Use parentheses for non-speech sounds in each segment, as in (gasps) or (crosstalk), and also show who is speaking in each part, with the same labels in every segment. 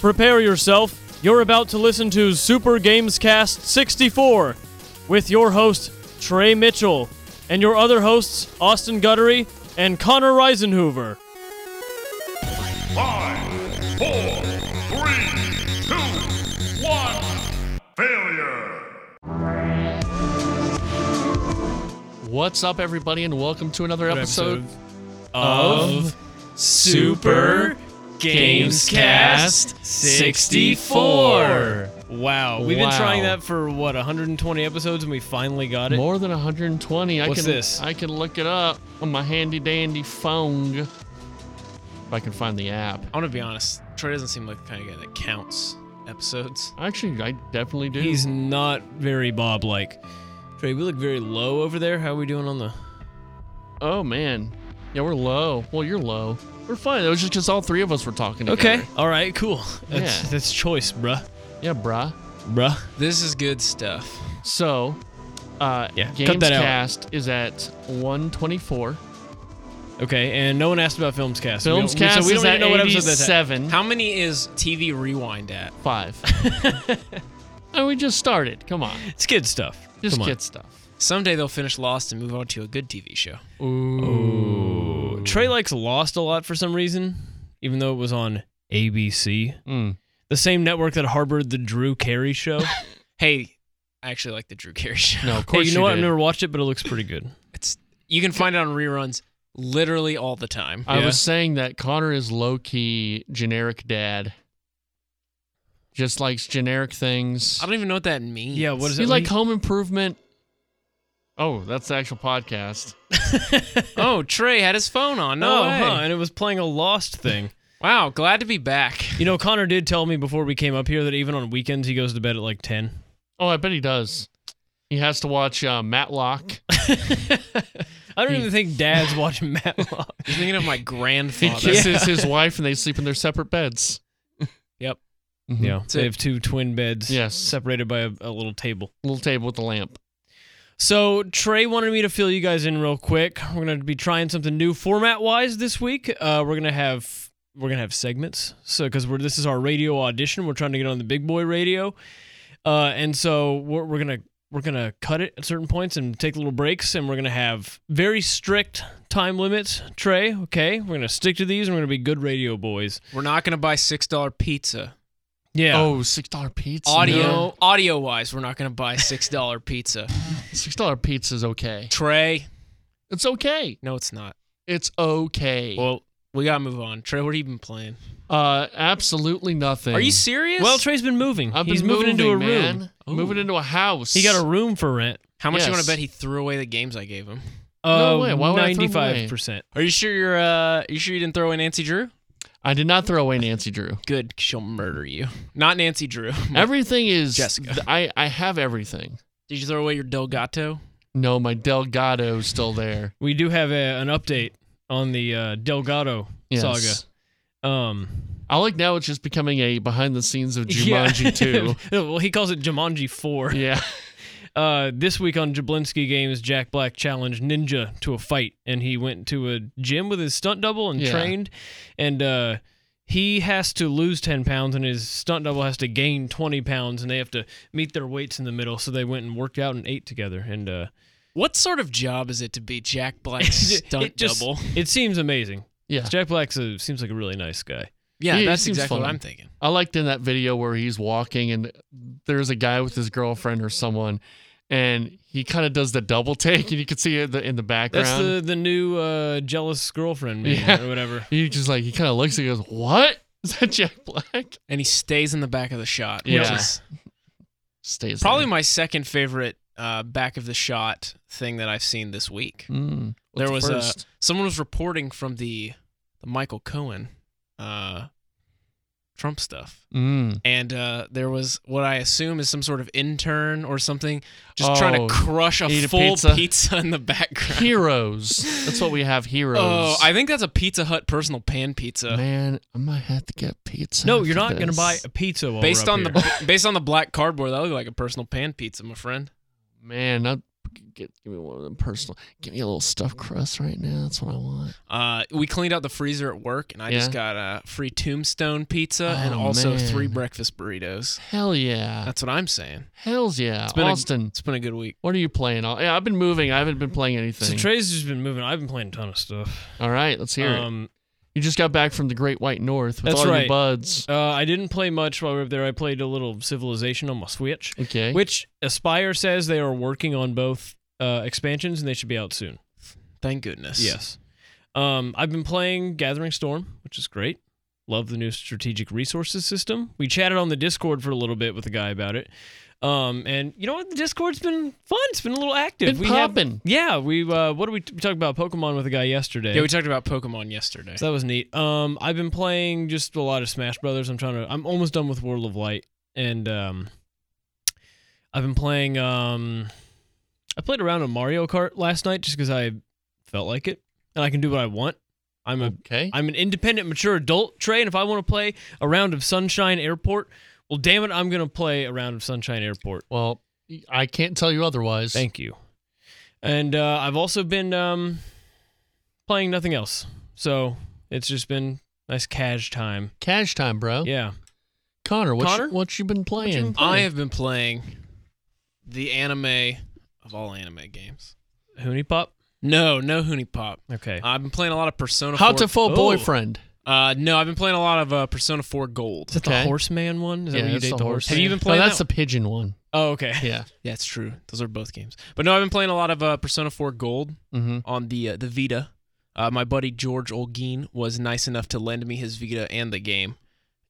Speaker 1: Prepare yourself. You're about to listen to Super Gamescast 64 with your host, Trey Mitchell, and your other hosts, Austin Guttery and Connor Reisenhoover.
Speaker 2: Five, four, three, two, one. Failure.
Speaker 3: What's up, everybody, and welcome to another episode,
Speaker 1: of Super Gamescast 64.
Speaker 4: Wow, we've been
Speaker 3: Wow.
Speaker 4: trying that for what 120 episodes, and we finally got it.
Speaker 3: More than 120. I
Speaker 4: What's
Speaker 3: can
Speaker 4: this?
Speaker 3: I can look it up on my handy dandy phone if I can find the app.
Speaker 4: I want to be honest. Troy doesn't seem like the kind of guy that counts episodes.
Speaker 3: Actually, I definitely do.
Speaker 4: He's not very Bob-like. Mm-hmm. Trey, we look very low over there. How are we doing on the?
Speaker 3: oh man, yeah, we're low. Well, you're low. We're fine. It was just because all three of us were talking.
Speaker 4: Okay,
Speaker 3: together.
Speaker 4: all right, cool. That's
Speaker 3: Yeah.
Speaker 4: that's choice, bruh,
Speaker 3: Yeah, bruh.
Speaker 4: bruh. This is good stuff.
Speaker 3: So, uh,
Speaker 4: Yeah, cut that out.
Speaker 3: Gamescast is at 124.
Speaker 4: Okay, and no one asked about Filmscast. We don't-
Speaker 3: Filmscast
Speaker 4: so we don't
Speaker 3: is
Speaker 4: even
Speaker 3: at
Speaker 4: know what episode that's at.
Speaker 3: 87.
Speaker 4: How many is TV Rewind at?
Speaker 3: Five. (laughs) and we just started. Come on,
Speaker 4: It's good stuff.
Speaker 3: just
Speaker 4: Come on.
Speaker 3: get stuff.
Speaker 4: Someday they'll finish Lost and move on to a good TV show. Ooh. Trey likes Lost a lot for some reason, even though it was on ABC,
Speaker 5: Hmm.
Speaker 3: Mm.
Speaker 4: the same network that harbored the Drew Carey
Speaker 5: (laughs)
Speaker 4: show. hey, I actually like the Drew Carey show.
Speaker 3: No, of
Speaker 4: Hey,
Speaker 3: course
Speaker 4: you know what? I've
Speaker 3: did.
Speaker 4: never watched it, but it looks pretty good.
Speaker 5: (laughs) It's you can find it on reruns literally all the time.
Speaker 3: I
Speaker 4: Yeah.
Speaker 3: was saying that Connor is low key generic dad. Just likes generic things.
Speaker 5: I don't even know what that means.
Speaker 4: Yeah, what is
Speaker 3: He
Speaker 4: it?
Speaker 3: like home improvement. Oh, that's the actual podcast.
Speaker 5: Oh, Trey had his phone on.
Speaker 4: No,
Speaker 5: No way.
Speaker 4: huh? And it was playing a Lost thing.
Speaker 5: (laughs) Wow, glad to be back.
Speaker 4: you know, Connor did tell me before we came up here that even on weekends he goes to bed at like 10.
Speaker 3: Oh, I bet he does. He has to watch
Speaker 4: (laughs)
Speaker 3: uh, Matlock.
Speaker 4: I don't even think dads watch (laughs) Matlock.
Speaker 5: You're thinking of
Speaker 4: (laughs)
Speaker 5: my
Speaker 3: He
Speaker 5: grandfather.
Speaker 3: kisses his wife, and they sleep in their separate beds.
Speaker 5: Yep.
Speaker 3: Mhm.
Speaker 4: Yeah,
Speaker 5: it.
Speaker 4: they have two twin beds
Speaker 3: Yes.
Speaker 4: separated by a, a little table.
Speaker 3: Little table with a lamp.
Speaker 4: So Trey wanted me to fill you guys in real quick. We're gonna be trying something new format wise this week. Uh, we're gonna have we're gonna have segments. So because we're this is our radio audition, we're trying to get on the big boy radio, uh, and so we're, we're gonna we're gonna cut it at certain points and take little breaks, and we're gonna have very strict time limits. Trey, okay, we're gonna stick to these. and We're gonna be good radio boys.
Speaker 5: We're not gonna buy six dollar pizza.
Speaker 4: Yeah.
Speaker 3: Oh, six dollar pizza.
Speaker 5: Audio
Speaker 3: No.
Speaker 5: audio wise, we're not
Speaker 4: (laughs)
Speaker 5: gonna buy six dollar pizza.
Speaker 3: Six dollar pizza's okay.
Speaker 5: Trey.
Speaker 3: It's okay.
Speaker 5: No, it's not.
Speaker 3: It's okay.
Speaker 5: Well, we gotta move on. Trey, what have you been playing?
Speaker 3: uh, absolutely nothing.
Speaker 5: Are you serious?
Speaker 4: Well, Trey's been moving.
Speaker 3: I've
Speaker 4: He's
Speaker 3: been
Speaker 4: moving, into a room.
Speaker 3: man. Moving into a house.
Speaker 4: He got a room for rent.
Speaker 5: how much you wanna
Speaker 3: yes.
Speaker 5: bet he threw away the games I gave him?
Speaker 4: Uh,
Speaker 3: No way. Why would I throw them away?
Speaker 4: Ninety-five percent.
Speaker 5: Are you sure you're uh you sure you didn't throw away Nancy Drew?
Speaker 3: I did not throw away Nancy Drew.
Speaker 5: Good, she'll murder you. Not Nancy Drew.
Speaker 3: Everything is.
Speaker 5: Jessica.
Speaker 3: I I have everything.
Speaker 5: Did you throw away your Delgato?
Speaker 3: No, my Delgado's still there.
Speaker 4: We do have a, an update on the uh, Delgado
Speaker 3: Yes.
Speaker 4: saga. Um,
Speaker 3: I like now it's just becoming a behind the scenes
Speaker 4: (laughs)
Speaker 3: of
Speaker 4: yeah.
Speaker 3: Jumanji too.
Speaker 4: (laughs) well, he calls it Jumanji 4.
Speaker 3: Yeah.
Speaker 4: Uh, this week on Jablinski Games, Jack Black challenged Ninja to a fight, and he went to a gym with his stunt double and
Speaker 3: Yeah.
Speaker 4: trained. And uh, he has to lose 10 pounds, and his stunt double has to gain 20 pounds, and they have to meet their weights in the middle. So they went and worked out and ate together. And uh,
Speaker 5: What sort of job is it to
Speaker 4: (laughs)
Speaker 5: be Jack Black's
Speaker 4: it-
Speaker 5: stunt
Speaker 4: it just-
Speaker 5: double?
Speaker 4: (laughs) It seems amazing.
Speaker 3: Yeah.
Speaker 4: Jack Black's a, seems like a really nice guy.
Speaker 5: Yeah,
Speaker 3: Yeah,
Speaker 5: that's
Speaker 3: it seems
Speaker 5: exactly what
Speaker 3: fun.
Speaker 5: I'm thinking.
Speaker 3: I liked in that video where he's walking and there's a guy with his girlfriend or someone, and he kind of does the double take, and you can see it in the, in the background.
Speaker 4: That's the the new uh, jealous girlfriend meme
Speaker 3: Yeah.
Speaker 4: or whatever.
Speaker 3: He just like he kind of looks and goes, "What (laughs) is that?" Jack Black
Speaker 5: (laughs) And he stays in the back of the shot, which
Speaker 3: Yeah.
Speaker 5: is
Speaker 3: stays
Speaker 5: probably
Speaker 3: there.
Speaker 5: my second favorite uh, back of the shot thing that I've seen this week.
Speaker 3: Mm,
Speaker 5: there
Speaker 3: what's
Speaker 5: was a-
Speaker 3: first?
Speaker 5: Someone was reporting from the, the Michael Cohen uh, Trump stuff.
Speaker 3: Mm.
Speaker 5: And uh, there was what I assume is some sort of intern or something just
Speaker 3: Oh,
Speaker 5: trying to crush a
Speaker 3: eat a
Speaker 5: full
Speaker 3: pizza.
Speaker 5: pizza in the background.
Speaker 3: heroes. That's what we have. Heroes.
Speaker 5: Oh, I think that's a Pizza Hut personal pan pizza.
Speaker 3: man, I might have to get pizza.
Speaker 4: No, you're not
Speaker 3: after
Speaker 4: gonna
Speaker 3: this.
Speaker 4: buy a pizza while
Speaker 5: based
Speaker 4: we're up
Speaker 5: on
Speaker 4: here.
Speaker 5: the based on the black cardboard, that looked like a personal pan pizza, my friend.
Speaker 3: Man, I get give me one of them personal. Give me a little stuffed crust right now. That's what I want.
Speaker 5: Uh, we cleaned out the freezer at work, and I just got a free tombstone pizza and
Speaker 3: Oh,
Speaker 5: also
Speaker 3: man.
Speaker 5: three breakfast burritos.
Speaker 3: Hell yeah.
Speaker 5: That's what I'm saying.
Speaker 3: Hell's yeah.
Speaker 5: been a-
Speaker 3: Austin,
Speaker 5: It's been a good week.
Speaker 3: what are you playing? Al- Yeah, I've been moving. I haven't been playing
Speaker 4: So
Speaker 3: anything.
Speaker 4: Trey's just been moving. I've been playing a ton of stuff.
Speaker 3: All right, let's hear it.
Speaker 4: Um,
Speaker 3: You just got back from the Great White North with
Speaker 4: That's
Speaker 3: all your
Speaker 4: right.
Speaker 3: buds.
Speaker 4: uh, I didn't play much while we were there. I played a little Civilization on my Switch,
Speaker 3: Okay.
Speaker 4: which Aspire says they are working on both uh, expansions and they should be out soon.
Speaker 5: Thank goodness.
Speaker 4: Yes. Um, I've been playing Gathering Storm, which is great. Love the new strategic resources system. We chatted on the Discord for a little bit with the guy about it. Um, and you know what? The Discord's been fun. It's been a little active.
Speaker 3: Been
Speaker 4: we have-
Speaker 3: poppin'.
Speaker 4: yeah. We uh, what did we, we talk about Pokemon with a guy yesterday?
Speaker 5: Yeah, we talked about Pokemon yesterday.
Speaker 4: so that was neat. Um, I've been playing just a lot of Smash Brothers. I'm trying to. I'm almost done with World of Light, and um, I've been playing. Um, I played around on Mario Kart last night just because I felt like it, and I can do what I want. I'm a
Speaker 3: okay.
Speaker 4: I'm an independent, mature adult, Trey, and if I want to play a round of Sunshine Airport, well, damn it, I'm gonna play a round of Sunshine Airport.
Speaker 3: well, I can't tell you otherwise.
Speaker 4: Thank you. And uh, I've also been um, playing nothing else, so it's just been nice cash time.
Speaker 3: Cash time, bro.
Speaker 4: Yeah,
Speaker 3: Connor, what
Speaker 4: Connor?
Speaker 3: You, what you been playing?
Speaker 4: been
Speaker 5: I have been playing the anime of all anime games.
Speaker 4: Hoonie Pop.
Speaker 5: No, no Hooney Pop.
Speaker 4: Okay,
Speaker 5: I've been playing a lot of Persona.
Speaker 3: How
Speaker 5: 4.
Speaker 3: to full
Speaker 4: Oh.
Speaker 3: boyfriend?
Speaker 5: Uh, no, I've been playing a lot of uh, Persona 4 Gold.
Speaker 4: is that
Speaker 3: okay.
Speaker 4: the Horseman one? Is that
Speaker 3: yeah,
Speaker 4: where you
Speaker 3: that's
Speaker 4: date
Speaker 3: the
Speaker 4: the
Speaker 3: horse.
Speaker 4: horse?
Speaker 5: Have you been
Speaker 3: No,
Speaker 5: playing
Speaker 3: that's
Speaker 5: that?
Speaker 3: the pigeon one.
Speaker 4: Oh, okay.
Speaker 3: (laughs) Yeah.
Speaker 5: Yeah, it's true. Those are both games. But no, I've been playing a lot of uh, Persona 4 Gold
Speaker 3: Mm-hmm.
Speaker 5: on the uh, the Vita. Uh, my buddy George Olguin was nice enough to lend me his Vita and the game,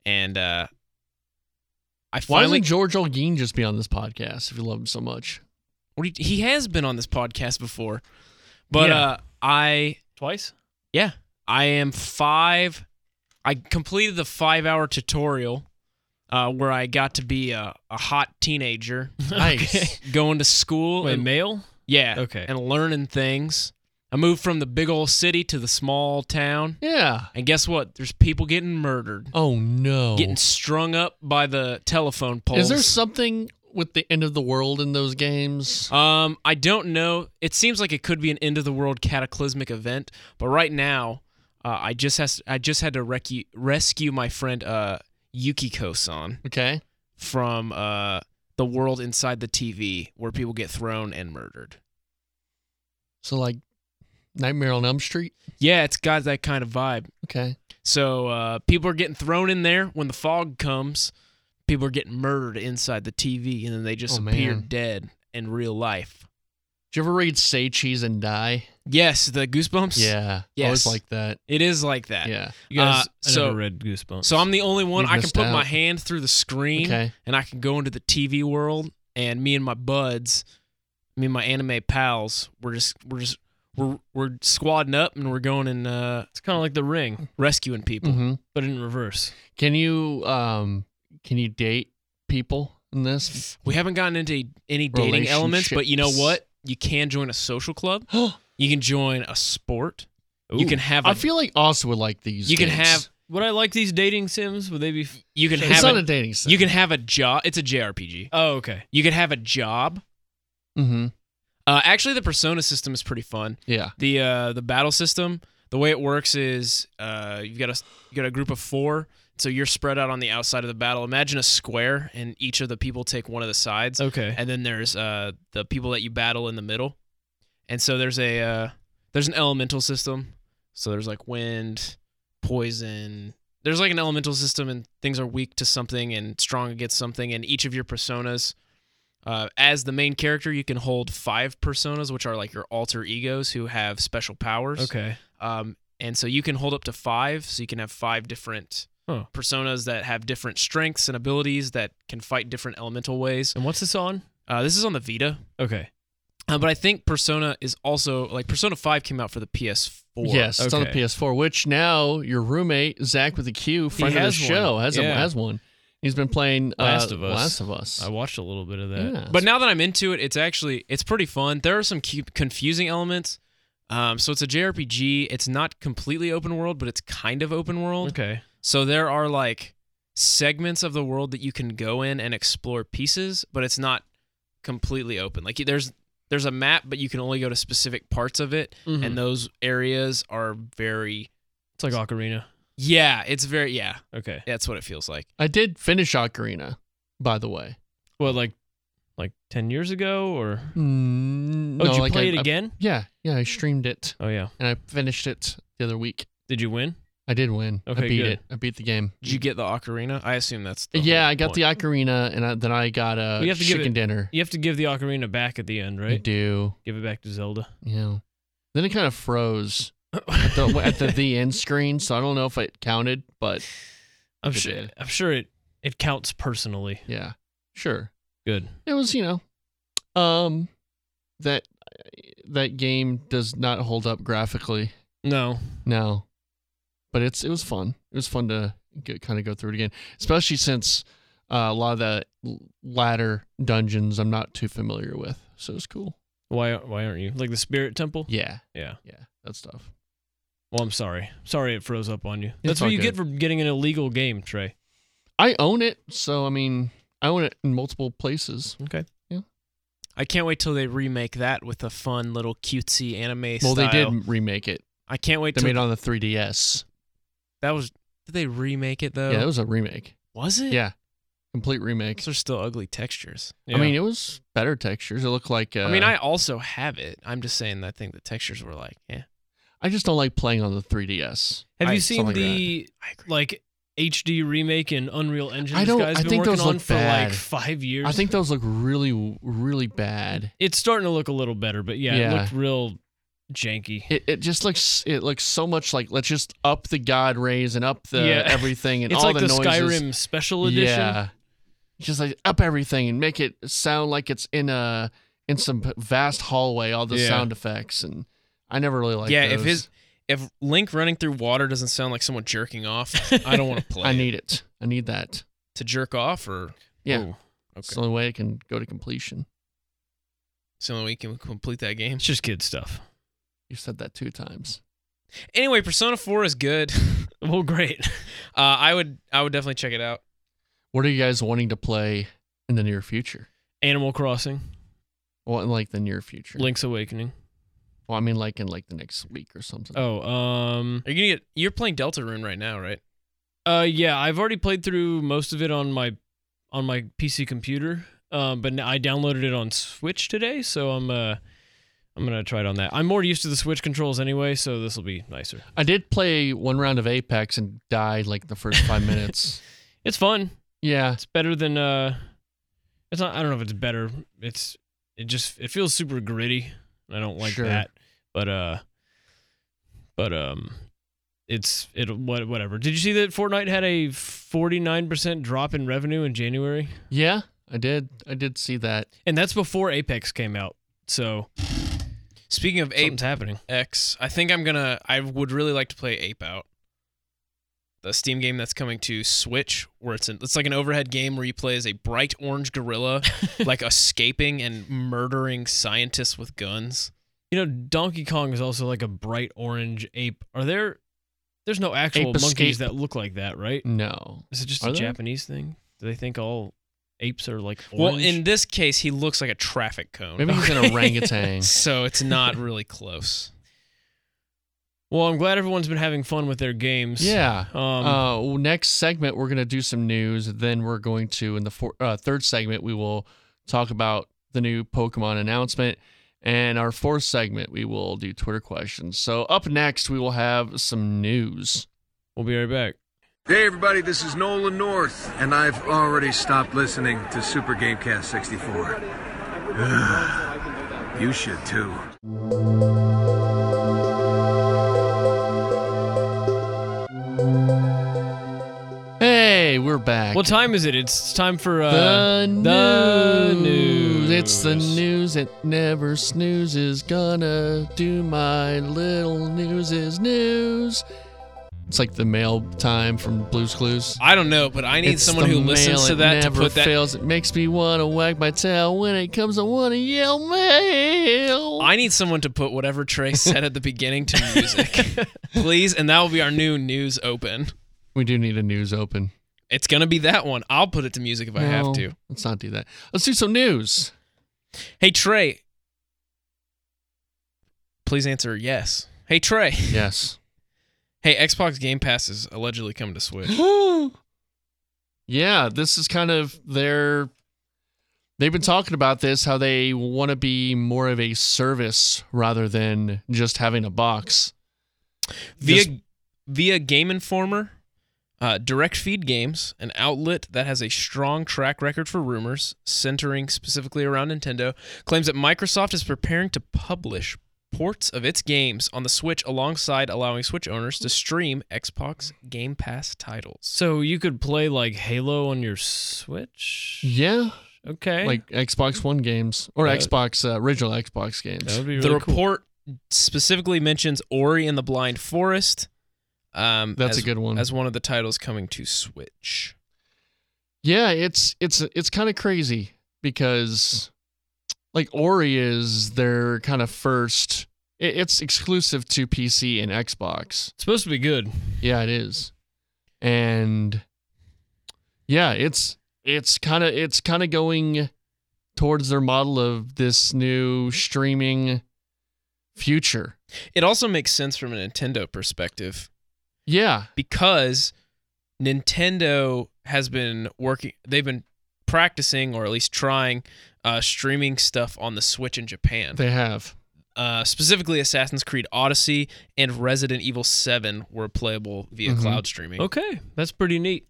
Speaker 5: and uh, I
Speaker 3: Why
Speaker 5: finally.
Speaker 3: doesn't George Olguin just be on this podcast if you love him so much?
Speaker 5: What do you- he has been on this podcast before, but
Speaker 4: Yeah.
Speaker 5: uh, I
Speaker 4: Twice.
Speaker 5: yeah, I am five. I completed the five hour tutorial uh, where I got to be a, a hot
Speaker 3: (laughs)
Speaker 5: teenager
Speaker 3: Nice.
Speaker 5: going to school
Speaker 4: Wait,
Speaker 5: and
Speaker 4: male.
Speaker 5: Yeah.
Speaker 4: Okay.
Speaker 5: And learning things. I moved from the big old city to the small town.
Speaker 3: Yeah.
Speaker 5: And guess what? There's people getting murdered,
Speaker 3: Oh no.
Speaker 5: getting strung up by the telephone poles.
Speaker 3: Is there something with the end of the world in those games?
Speaker 5: Um, I don't know. It seems like it could be an end of the world cataclysmic event, but right now, uh, I just has I just had to recu- rescue my friend uh, Yukiko-san
Speaker 3: Okay.
Speaker 5: from uh, the world inside the TV, where people get thrown and murdered.
Speaker 3: So like Nightmare on Elm Street.
Speaker 5: Yeah, it's got that kind of vibe.
Speaker 3: Okay.
Speaker 5: So uh, people are getting thrown in there. When the fog comes, people are getting murdered inside the TV, and then they just
Speaker 3: Oh,
Speaker 5: appear
Speaker 3: man.
Speaker 5: dead in real life.
Speaker 3: Did you ever read Say Cheese and Die?
Speaker 5: Yes, the goosebumps.
Speaker 3: Yeah.
Speaker 5: Yes.
Speaker 3: Always like that.
Speaker 5: it is like that.
Speaker 3: Yeah.
Speaker 4: You guys,
Speaker 5: Uh,
Speaker 4: I
Speaker 5: so-
Speaker 4: never read Goosebumps.
Speaker 5: So I'm the only one.
Speaker 3: You've
Speaker 5: I can
Speaker 3: missed
Speaker 5: put
Speaker 3: out.
Speaker 5: my hand through the screen,
Speaker 3: Okay.
Speaker 5: and I can go into the TV world. And me and my buds, me and my anime pals, we're just we're just we're we're squadding up, and we're going and uh,
Speaker 4: it's kind of like The Ring,
Speaker 5: rescuing people.
Speaker 3: hmm
Speaker 4: but in reverse.
Speaker 3: Can you um can you date people
Speaker 4: (gasps)
Speaker 3: in this?
Speaker 5: We haven't gotten into any dating elements, but you know
Speaker 3: Relationships.
Speaker 5: what? You can join a social club.
Speaker 3: I
Speaker 5: You can join a sport. You can have a
Speaker 3: feel like Austin would like these.
Speaker 5: you can
Speaker 3: games.
Speaker 5: have
Speaker 4: Would I like these dating sims? Would they be? F-
Speaker 5: you can
Speaker 3: It's
Speaker 5: have
Speaker 3: not a
Speaker 5: a,
Speaker 3: dating sim.
Speaker 5: you can have a job. It's a JRPG.
Speaker 4: oh, okay.
Speaker 5: You can have a job.
Speaker 3: Mm-hmm.
Speaker 5: Uh, actually, the persona system is pretty fun.
Speaker 3: Yeah.
Speaker 5: the uh, the battle system. The way it works is uh, you've got a you got a group of four, so you're spread out on the outside of the battle. Imagine a square, and each of the people take one of the sides,
Speaker 4: Okay.
Speaker 5: and then there's uh, the people that you battle in the middle. And so there's a uh, there's an elemental system. So there's like wind, poison. There's like an elemental system, and things are weak to something and strong against something. And each of your personas, uh, as the main character, you can hold five personas, which are like your alter egos who have special powers.
Speaker 4: Okay.
Speaker 5: Um, and so you can hold up to five. So you can have five different
Speaker 4: Huh.
Speaker 5: personas that have different strengths and abilities that can fight different elemental ways.
Speaker 4: And what's this on?
Speaker 5: Uh, this is on the Vita,
Speaker 4: Okay.
Speaker 5: uh, but I think Persona is also like Persona Five came out for the PS4.
Speaker 3: Yes, it's on the
Speaker 4: Okay.
Speaker 3: PS4. Which now your roommate Zach with the Q, friend of the
Speaker 4: has one.
Speaker 3: show, has a,
Speaker 4: Yeah.
Speaker 3: has one. He's been playing uh,
Speaker 4: Last of Us.
Speaker 3: Last of Us.
Speaker 4: I watched a little bit of that.
Speaker 3: yeah.
Speaker 5: But now that I'm into it, it's actually it's pretty fun. There are some cu- confusing elements. Um, so it's a JRPG. It's not completely open world, but it's kind of open world.
Speaker 4: Okay.
Speaker 5: So there are like segments of the world that you can go in and explore pieces, but it's not completely open. Like there's there's a map, but you can only go to specific parts of it,
Speaker 3: Mm-hmm.
Speaker 5: and those areas are very
Speaker 4: It's like Ocarina.
Speaker 5: yeah, it's very yeah,
Speaker 4: Okay.
Speaker 5: that's what it feels like.
Speaker 3: I did finish Ocarina, by the way.
Speaker 4: Well, like like 10 years ago or
Speaker 3: Mm,
Speaker 4: Oh,
Speaker 3: no,
Speaker 4: did Oh, you
Speaker 3: like
Speaker 4: play
Speaker 3: I-
Speaker 4: it
Speaker 3: I-
Speaker 4: again?
Speaker 3: yeah, yeah. I streamed it
Speaker 4: oh yeah.
Speaker 3: and I finished it the other week.
Speaker 4: Did you win?
Speaker 3: I did win. I
Speaker 4: Okay,
Speaker 3: beat
Speaker 4: good.
Speaker 3: it. I beat the game.
Speaker 5: Did you get the ocarina? I assume that's the
Speaker 3: yeah,
Speaker 5: whole
Speaker 3: I got
Speaker 5: point.
Speaker 3: the ocarina, and I, then I got a
Speaker 4: You have to give
Speaker 3: chicken
Speaker 4: it-
Speaker 3: dinner.
Speaker 4: You have to give the Ocarina back at the end,
Speaker 3: I
Speaker 4: right?
Speaker 3: do.
Speaker 4: Give it back to Zelda.
Speaker 3: Yeah. Then it kind of froze at the, at the, the end screen, so I don't know if it counted, but
Speaker 4: (laughs) I'm
Speaker 3: It
Speaker 4: sure.
Speaker 3: did.
Speaker 4: I'm sure it it counts personally.
Speaker 3: yeah, sure.
Speaker 4: Good.
Speaker 3: It was, you know, um, that that game does not hold up graphically
Speaker 4: No.
Speaker 3: now, but it's it was fun. It was fun to get, kind of go through it again, especially since uh, a lot of the l- latter dungeons I'm not too familiar with, so it's cool.
Speaker 4: Why why aren't you like the Spirit Temple?
Speaker 3: Yeah,
Speaker 4: Yeah.
Speaker 3: yeah, that stuff.
Speaker 4: Well, I'm sorry. Sorry it froze up on you. That's
Speaker 3: all
Speaker 4: what you
Speaker 3: good.
Speaker 4: get for getting an illegal game, Trey.
Speaker 3: I own it, so I mean, I own it in multiple places.
Speaker 5: I can't wait till they remake that with a fun little cutesy anime
Speaker 3: Well,
Speaker 5: style.
Speaker 3: they did remake it.
Speaker 5: I can't wait
Speaker 3: They
Speaker 5: till
Speaker 3: made it on the 3DS.
Speaker 5: that was. Did they remake it
Speaker 4: Oh.
Speaker 5: though?
Speaker 3: Yeah, it was a remake.
Speaker 5: Was it?
Speaker 3: Yeah, complete remake.
Speaker 5: Those are still ugly textures.
Speaker 4: Yeah.
Speaker 3: I mean, it was better textures. It looked like. Uh,
Speaker 5: I mean, I also have it. I'm just saying that I think the textures were like, eh. yeah.
Speaker 3: I just don't like playing on the 3DS.
Speaker 4: have
Speaker 5: I-
Speaker 4: you seen
Speaker 5: something like
Speaker 4: the
Speaker 5: I agree.
Speaker 4: like HD remake in Unreal Engine?
Speaker 3: I
Speaker 4: this
Speaker 3: don't-
Speaker 4: guy's
Speaker 3: I
Speaker 4: been
Speaker 3: think
Speaker 4: working
Speaker 3: those
Speaker 4: on
Speaker 3: look
Speaker 4: for
Speaker 3: bad.
Speaker 4: like five years.
Speaker 3: I think those look really, really bad.
Speaker 4: it's starting to look a little better, but yeah,
Speaker 3: Yeah.
Speaker 4: it looked real janky.
Speaker 3: It, it just looks it looks so much like let's just up the god rays and up the
Speaker 4: Yeah.
Speaker 3: everything and
Speaker 4: it's
Speaker 3: all
Speaker 4: like the,
Speaker 3: the, noises.
Speaker 4: Skyrim Special Edition.
Speaker 3: Yeah, just like up everything and make it sound like it's in a in some vast hallway. All the
Speaker 4: Yeah.
Speaker 3: sound effects and I never really liked.
Speaker 5: yeah, if
Speaker 3: those.
Speaker 5: his if Link running through water doesn't sound like someone jerking off,
Speaker 3: (laughs)
Speaker 5: I don't want to play.
Speaker 3: I
Speaker 5: it.
Speaker 3: need it. I need that.
Speaker 5: to jerk off, or
Speaker 3: Yeah,
Speaker 5: Ooh,
Speaker 3: it's
Speaker 5: okay.
Speaker 3: the only way it can go to completion.
Speaker 5: It's the only way you can complete that game.
Speaker 4: It's just kid stuff.
Speaker 3: You said that two times.
Speaker 5: Anyway, Persona Four is good. uh,
Speaker 4: Well,
Speaker 5: (laughs)
Speaker 4: great.
Speaker 5: I would I would definitely check it out.
Speaker 3: What are you guys wanting to play in the near future?
Speaker 4: Animal Crossing,
Speaker 3: Well, in like the near future.
Speaker 4: Link's Awakening.
Speaker 3: Well, I mean, like in like the next week or something.
Speaker 4: Oh, um,
Speaker 5: Are you gonna get? You're playing Delta Rune right now, right?
Speaker 4: uh, yeah, I've already played through most of it on my on my PC computer. Um, but now I downloaded it on Switch today, so I'm uh, I'm gonna try it on that. I'm more used to the Switch controls anyway, so this will be nicer.
Speaker 3: I did play one round of Apex and died like the first
Speaker 5: (laughs)
Speaker 3: five minutes.
Speaker 4: It's fun.
Speaker 3: Yeah,
Speaker 4: It's better than uh, it's not. I don't know if it's better. It's it just it feels super gritty. and I don't like
Speaker 3: Sure.
Speaker 4: that. But uh, but um, it's it what whatever. Did you see that Fortnite had a forty nine percent drop in revenue in January,
Speaker 3: yeah, I did. I did see that.
Speaker 4: and that's before Apex came out. So
Speaker 5: Speaking of Ape
Speaker 4: something's happening.
Speaker 5: X, I think I'm gonna. I would really like to play Ape Out, the Steam game that's coming to Switch, where it's an, it's like an overhead game where you play as a bright orange (laughs) gorilla, like escaping and murdering scientists with guns.
Speaker 4: You know, Donkey Kong is also like a bright orange ape. Are there? There's no actual
Speaker 3: Ape
Speaker 4: monkeys
Speaker 3: escape.
Speaker 4: that look like that, right?
Speaker 3: No,
Speaker 4: Is it just
Speaker 3: Are
Speaker 4: a
Speaker 3: there?
Speaker 4: Japanese thing? Do they think all apes are like orange?
Speaker 5: Well, in this case, he looks like a traffic cone,
Speaker 3: maybe he's
Speaker 5: (laughs)
Speaker 3: an orangutan.
Speaker 5: so it's not really close.
Speaker 4: Well, I'm glad everyone's been having fun with their games.
Speaker 3: yeah.
Speaker 4: Um,
Speaker 3: uh, well, next segment we're gonna do some news. Then we're going to in the four, uh, third segment we will talk about the new Pokemon announcement, and our fourth segment we will do Twitter questions. So up next we will have some news.
Speaker 4: we'll be right back.
Speaker 6: Hey everybody, this is Nolan North, and I've already stopped listening to Super Gamecast 64. Ugh, you should too.
Speaker 3: Hey, we're back.
Speaker 4: What time is it? It's time for uh,
Speaker 3: The,
Speaker 4: the
Speaker 3: news.
Speaker 4: news.
Speaker 3: It's the news that never snoozes. Gonna do my little news is news. It's like the mail time from Blue's Clues.
Speaker 5: I don't know, but I need
Speaker 3: It's
Speaker 5: someone
Speaker 3: the
Speaker 5: who
Speaker 3: mail,
Speaker 5: listens to
Speaker 3: it
Speaker 5: that to
Speaker 3: never
Speaker 5: put that.
Speaker 3: fails. It makes me wanna wag my tail when it comes. I wanna yell mail.
Speaker 5: I need someone to put whatever
Speaker 3: (laughs)
Speaker 5: Trey said at the beginning to music, please, and that will be our new news open.
Speaker 3: we do need a news open.
Speaker 5: It's gonna be that one. I'll put it to music if I have
Speaker 3: No,
Speaker 5: to.
Speaker 3: Let's not do that. Let's do some news.
Speaker 5: Hey Trey, please answer yes. Hey Trey. (gasps)
Speaker 3: Yes.
Speaker 5: Hey, Xbox Game Pass is allegedly coming to Switch.
Speaker 3: yeah, this is kind of their. They've been talking about this how they want to be more of a service rather than just having a box.
Speaker 5: via
Speaker 3: Just-
Speaker 5: via Game Informer, uh, Direct Feed Games, an outlet that has a strong track record for rumors centering specifically around Nintendo, claims that Microsoft is preparing to publish ports of its games on the Switch alongside allowing Switch owners to stream Xbox Game Pass titles.
Speaker 4: So you could play like Halo on your Switch.
Speaker 3: Yeah,
Speaker 4: Okay,
Speaker 3: like Xbox One games or
Speaker 4: That-
Speaker 3: Xbox uh, original Xbox games.
Speaker 4: that would be really
Speaker 5: the
Speaker 4: cool.
Speaker 5: report specifically mentions Ori and the Blind Forest. Um,
Speaker 3: That's
Speaker 5: as-
Speaker 3: a good one.
Speaker 5: As one of the titles coming to Switch.
Speaker 3: Yeah, it's it's it's kind of crazy because like Ori is their kind of first it- it's exclusive to PC and Xbox.
Speaker 4: It's supposed to be good.
Speaker 3: Yeah, it is. And yeah, it's it's kind of it's kind of going towards their model of this new streaming future.
Speaker 5: It also makes sense from a Nintendo perspective
Speaker 3: Yeah,
Speaker 5: because Nintendo has been working. They've been practicing, or at least trying, uh, streaming stuff on the Switch in Japan.
Speaker 3: they have.
Speaker 5: Uh, specifically, Assassin's Creed Odyssey and Resident Evil Seven were playable via
Speaker 3: Mhm.
Speaker 5: cloud streaming.
Speaker 4: Mm-hmm. Okay, that's pretty neat.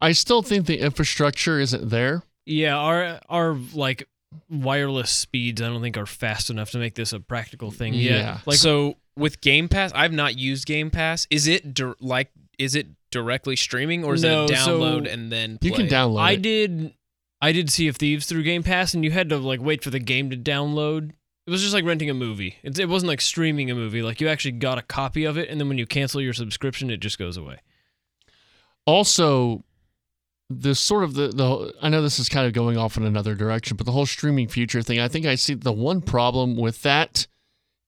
Speaker 3: I still think the infrastructure isn't there.
Speaker 4: Yeah, our our like wireless speeds I don't think are fast enough to make this a practical thing yet.
Speaker 3: Yeah.
Speaker 4: Like
Speaker 5: so with Game Pass, I've not used Game Pass. Is it dir- like is it directly streaming or is
Speaker 4: No,
Speaker 5: it a
Speaker 4: so
Speaker 5: download and then
Speaker 3: You can
Speaker 5: play?
Speaker 3: download
Speaker 4: I
Speaker 3: it.
Speaker 4: did I did Sea of Thieves through Game Pass and you had to like wait for the game to download. It was just like renting a movie. It, it wasn't like streaming a movie. Like you actually got a copy of it and then when you cancel your subscription it just goes away.
Speaker 3: also the sort of the, the i know this is kind of going off in another direction but the whole streaming future thing i think i see the one problem with that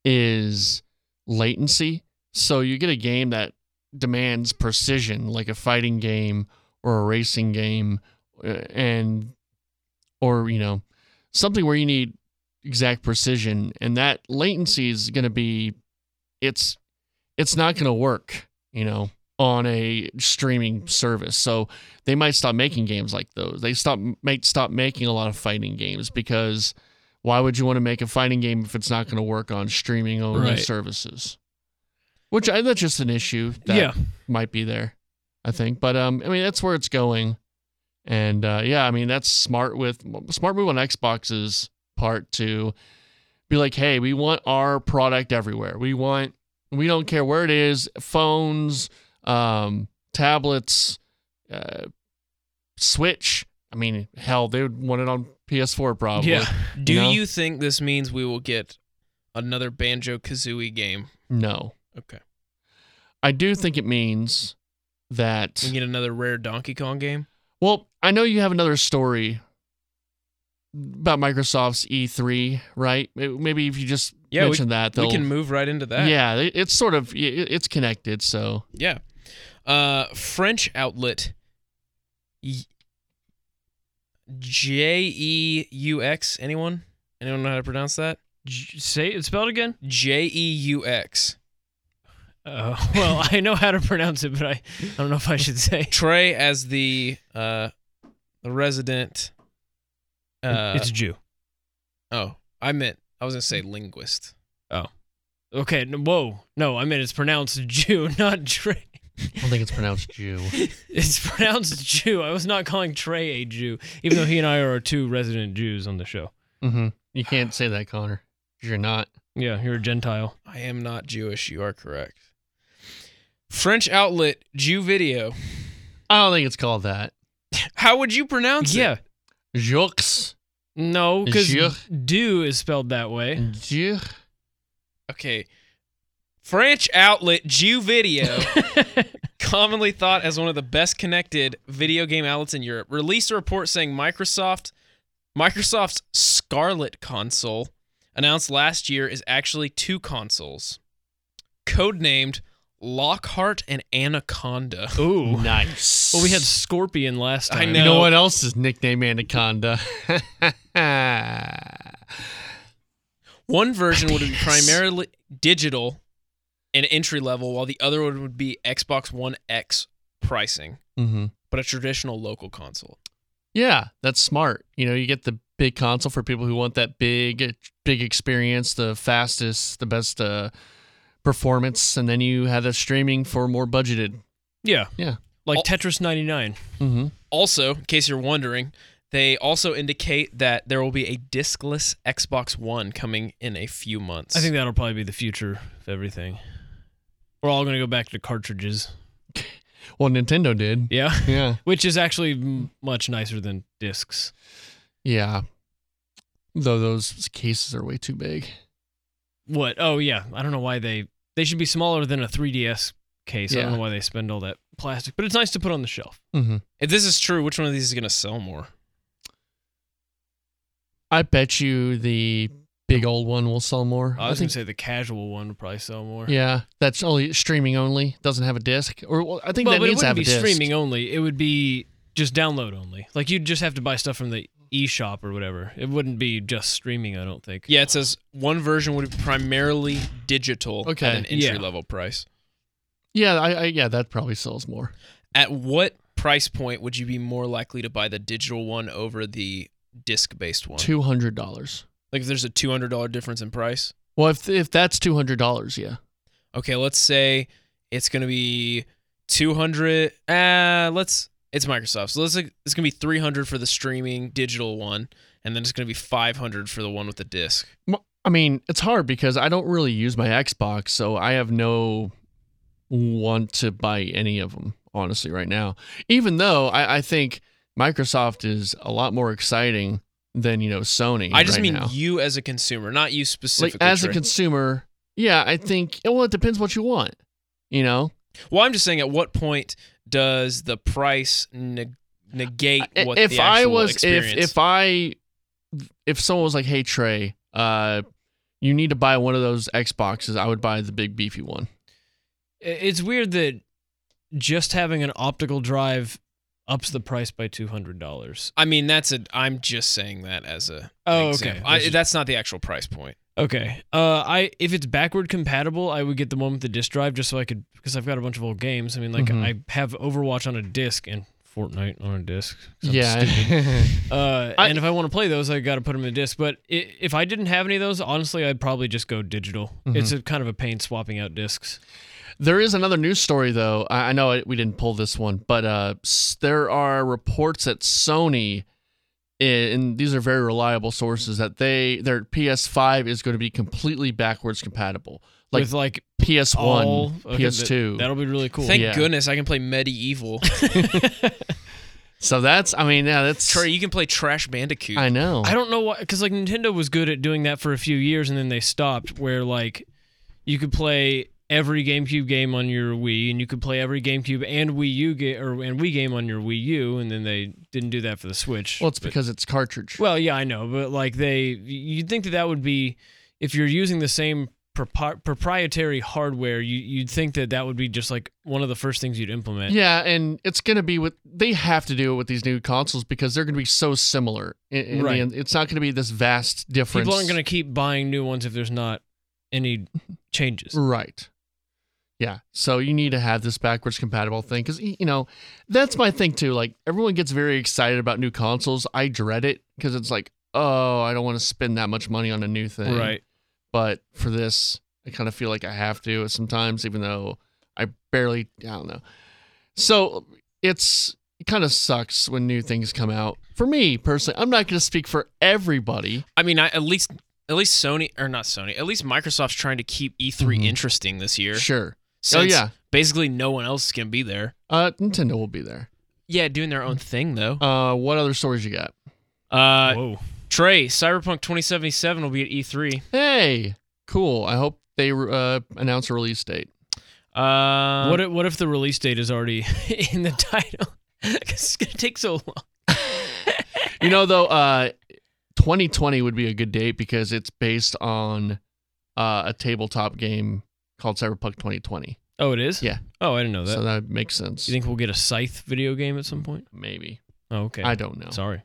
Speaker 3: is latency so you get a game that demands precision like a fighting game or a racing game uh, and or you know something where you need exact precision and that latency is going to be it's it's not going to work you know on a streaming service. So they might stop making games like those. They stop might stop making a lot of fighting games because why would you want to make a fighting game if it's not going to work on streaming only
Speaker 4: Right.
Speaker 3: services? Which I, that's just an issue that
Speaker 4: Yeah.
Speaker 3: might be there, I think. But um, I mean that's where it's going, and uh, yeah, I mean that's smart with smart move on Xbox's part to be like, hey, we want our product everywhere. We want we don't care where it is, phones, um, tablets, uh, Switch. I mean, hell, they would want it on PS4 probably.
Speaker 4: Yeah.
Speaker 5: Do
Speaker 3: know?
Speaker 5: you think this means we will get another Banjo Kazooie game?
Speaker 3: No.
Speaker 5: Okay.
Speaker 3: I do think it means that.
Speaker 5: We get another rare Donkey Kong game.
Speaker 3: Well, I know you have another story about Microsoft's E3, right? May- Maybe if you just
Speaker 5: Yeah, we-
Speaker 3: mention that, they'll.
Speaker 5: We can move right into that.
Speaker 3: Yeah, it- it's sort of it- it's connected. So
Speaker 5: Yeah. Uh, French outlet Y- J E U X. Anyone? Anyone know how to pronounce that?
Speaker 4: J- say it spelled again?
Speaker 5: J E U X.
Speaker 4: Uh, (laughs) well, I know how to pronounce it but I, I don't know if I should say.
Speaker 5: Trey as the uh the resident uh
Speaker 4: it's a Jew.
Speaker 5: oh, I meant I was going to say linguist.
Speaker 4: Okay, n- whoa. No, I mean it's pronounced Jew, (laughs) not Trey.
Speaker 3: I don't think it's pronounced Jew.
Speaker 4: It's (laughs) pronounced Jew. I was not calling Trey a Jew, even though he and I are two resident Jews on the show.
Speaker 3: hmm You can't say that, Connor. You're not.
Speaker 4: Yeah, you're a Gentile.
Speaker 5: I am not Jewish, you are correct. French outlet Jew Video.
Speaker 3: I don't think it's called that.
Speaker 5: How would you pronounce it?
Speaker 4: Yeah.
Speaker 3: Jux.
Speaker 4: No, because
Speaker 3: Jew.
Speaker 4: do is spelled that way.
Speaker 3: Jew.
Speaker 5: Okay. French outlet Jew Video, commonly thought as one of the best connected video game outlets in Europe, released a report saying Microsoft Microsoft's Scarlet console, announced last year, is actually two consoles, codenamed Lockhart and Anaconda.
Speaker 4: Ooh.
Speaker 3: Nice.
Speaker 4: Well, we had Scorpion last
Speaker 5: I
Speaker 4: time.
Speaker 3: You
Speaker 5: No.
Speaker 3: know what (laughs) else is nicknamed Anaconda?
Speaker 5: One version would be primarily digital and entry level, while the other one would be Xbox One X pricing,
Speaker 3: Mm-hmm.
Speaker 5: but a traditional local console.
Speaker 3: Yeah, that's smart. You know, you get the big console for people who want that big, big experience, the fastest, the best uh, performance, and then you have the streaming for more budgeted.
Speaker 4: Yeah.
Speaker 3: Yeah.
Speaker 4: Like
Speaker 5: Al-
Speaker 4: Tetris 99.
Speaker 3: Mm-hmm.
Speaker 5: Also, in case you're wondering, they also indicate that there will be a discless Xbox One coming in a few months.
Speaker 4: I think that'll probably be the future of everything. We're all going to go back to cartridges.
Speaker 3: Well, Nintendo did.
Speaker 4: (laughs) Yeah.
Speaker 3: Yeah.
Speaker 4: Which is actually m- much nicer than discs.
Speaker 3: Yeah. Though those cases are way too big.
Speaker 4: What? Oh, yeah. I don't know why they. They should be smaller than a 3DS case. I
Speaker 3: Yeah.
Speaker 4: don't know why they spend all that plastic, but it's nice to put on the shelf.
Speaker 3: Mm-hmm.
Speaker 5: if this is true, which one of these is going to sell more?
Speaker 3: I bet you the big old one will sell more.
Speaker 4: I was going to say the casual one would probably sell more.
Speaker 3: Yeah, that's only streaming only. Doesn't have a disc, or well, I think
Speaker 4: Well,
Speaker 3: that
Speaker 4: but it
Speaker 3: needs
Speaker 4: wouldn't
Speaker 3: to have
Speaker 4: be
Speaker 3: a disc.
Speaker 4: streaming only. It would be just download only. Like you'd just have to buy stuff from the eShop or whatever. It wouldn't be just streaming, I don't think.
Speaker 5: Yeah, it says one version would be primarily digital
Speaker 3: Okay.
Speaker 5: at an entry
Speaker 4: Yeah.
Speaker 5: level price.
Speaker 3: Yeah, I, I yeah that probably sells more.
Speaker 5: At what price point would you be more likely to buy the digital one over the disc based one?
Speaker 3: Two hundred dollars.
Speaker 5: Like if there's a $200 difference in price?
Speaker 3: Well, if if that's two hundred dollars, yeah.
Speaker 5: Okay, let's say it's going to be 200 uh let's it's Microsoft. So let's like, it's going to be 300 for the streaming digital one and then it's going to be 500 for the one with the disc.
Speaker 3: M- I mean, it's hard because I don't really use my Xbox, so I have no want to buy any of them honestly right now. Even though I, I think Microsoft is a lot more exciting than you know Sony.
Speaker 5: I just
Speaker 3: right
Speaker 5: mean
Speaker 3: now.
Speaker 5: you as a consumer, not you specifically.
Speaker 3: like as a
Speaker 5: Trey.
Speaker 3: consumer. Yeah, I think. Well, it depends what you want. You know,
Speaker 5: Well, I'm just saying, at what point does the price neg- negate what
Speaker 3: if
Speaker 5: the
Speaker 3: I
Speaker 5: actual
Speaker 3: was if
Speaker 5: experience?
Speaker 3: if I if someone was like, "Hey Trey, uh, you need to buy one of those Xboxes," I would buy the big beefy one.
Speaker 4: I- It's weird that just having an optical drive ups the price by two hundred dollars.
Speaker 5: I mean that's a I'm just saying that as a
Speaker 4: Oh, okay.
Speaker 5: example. I,
Speaker 4: This is-
Speaker 5: that's not the actual price point.
Speaker 4: Okay. Uh I if it's backward compatible, I would get the one with the disc drive just so I could because I've got a bunch of old games. I mean like
Speaker 3: Mhm.
Speaker 4: I have Overwatch on a disc and Fortnite on a disc. 'cause I'm
Speaker 3: yeah,
Speaker 4: stupid. Uh,
Speaker 3: I-
Speaker 4: and if I want to play those, I got to put them in a disc. But i- if I didn't have any of those, honestly, I'd probably just go digital.
Speaker 3: Mm-hmm.
Speaker 4: It's a kind of a pain swapping out discs.
Speaker 3: (laughs) there is another news story though. I, I know I- we didn't pull this one, but uh, s- there are reports that Sony. i- And these are very reliable sources that they their PS5 is going to be completely backwards compatible, like
Speaker 4: with like
Speaker 3: PS1,
Speaker 5: Oh,
Speaker 4: all, okay, that-
Speaker 3: PS2.
Speaker 4: that'll be really cool.
Speaker 5: Thank
Speaker 3: Yeah.
Speaker 5: goodness I can play Medieval.
Speaker 3: (laughs) so that's I mean yeah that's
Speaker 5: Trey, you can play Trash Bandicoot.
Speaker 3: I know
Speaker 4: I don't know why, because like Nintendo was good at doing that for a few years, and then they stopped. Where like you could play every GameCube game on your Wii, and you could play every GameCube and Wii U ga- or and Wii game on your Wii U, and then they didn't do that for the Switch.
Speaker 3: Well, it's
Speaker 4: But-
Speaker 3: because it's cartridge.
Speaker 4: Well, yeah, I know, but like they, you'd think that that would be, if you're using the same propri- proprietary hardware, you, you'd think that that would be just like one of the first things you'd implement.
Speaker 3: yeah, and it's gonna be with they have to do it with these new consoles because they're gonna be so similar. In, in the
Speaker 4: Right.
Speaker 3: end. it's not gonna be this vast difference.
Speaker 4: People aren't going to keep buying new ones if there's not any changes.
Speaker 3: right. Yeah, so you need to have this backwards compatible thing because you know that's my thing too. Like everyone gets very excited about new consoles. I dread it because it's like, oh, I don't want to spend that much money on a new thing.
Speaker 4: Right.
Speaker 3: But for this, I kind of feel like I have to sometimes, even though I barely, I don't know. So it's it kind of sucks when new things come out. For me personally, I'm not going to speak for everybody.
Speaker 5: I mean, I, at least at least Sony or not Sony, at least Microsoft's trying to keep E3
Speaker 4: Mm-hmm.
Speaker 3: Mhm.
Speaker 5: interesting this year.
Speaker 3: Sure. Oh,
Speaker 5: Since
Speaker 4: Oh,
Speaker 3: yeah.
Speaker 5: Basically, no one else is gonna be there.
Speaker 3: Uh, Nintendo will be there.
Speaker 5: Yeah, doing their own thing though.
Speaker 3: Uh, what other stories you got?
Speaker 5: Uh,
Speaker 4: Whoa.
Speaker 5: Trey, Cyberpunk 2077 will be at E E3.
Speaker 3: Hey, cool. I hope they uh, announce a release date. um,
Speaker 5: Uh,
Speaker 4: what, if, what if the release date is
Speaker 3: (laughs)
Speaker 4: already (laughs) in the title? (laughs) 'Cause it's going to take so long.
Speaker 3: You know, though, uh, 2020 would be a good date because it's based on uh, a tabletop game called Cyberpunk 2020.
Speaker 4: Oh, it is?
Speaker 3: Yeah.
Speaker 4: Oh, I didn't know that.
Speaker 3: so that makes sense.
Speaker 4: you think we'll get a Scythe video game at some point?
Speaker 3: Maybe.
Speaker 4: Oh, okay.
Speaker 3: I don't know.
Speaker 4: Sorry.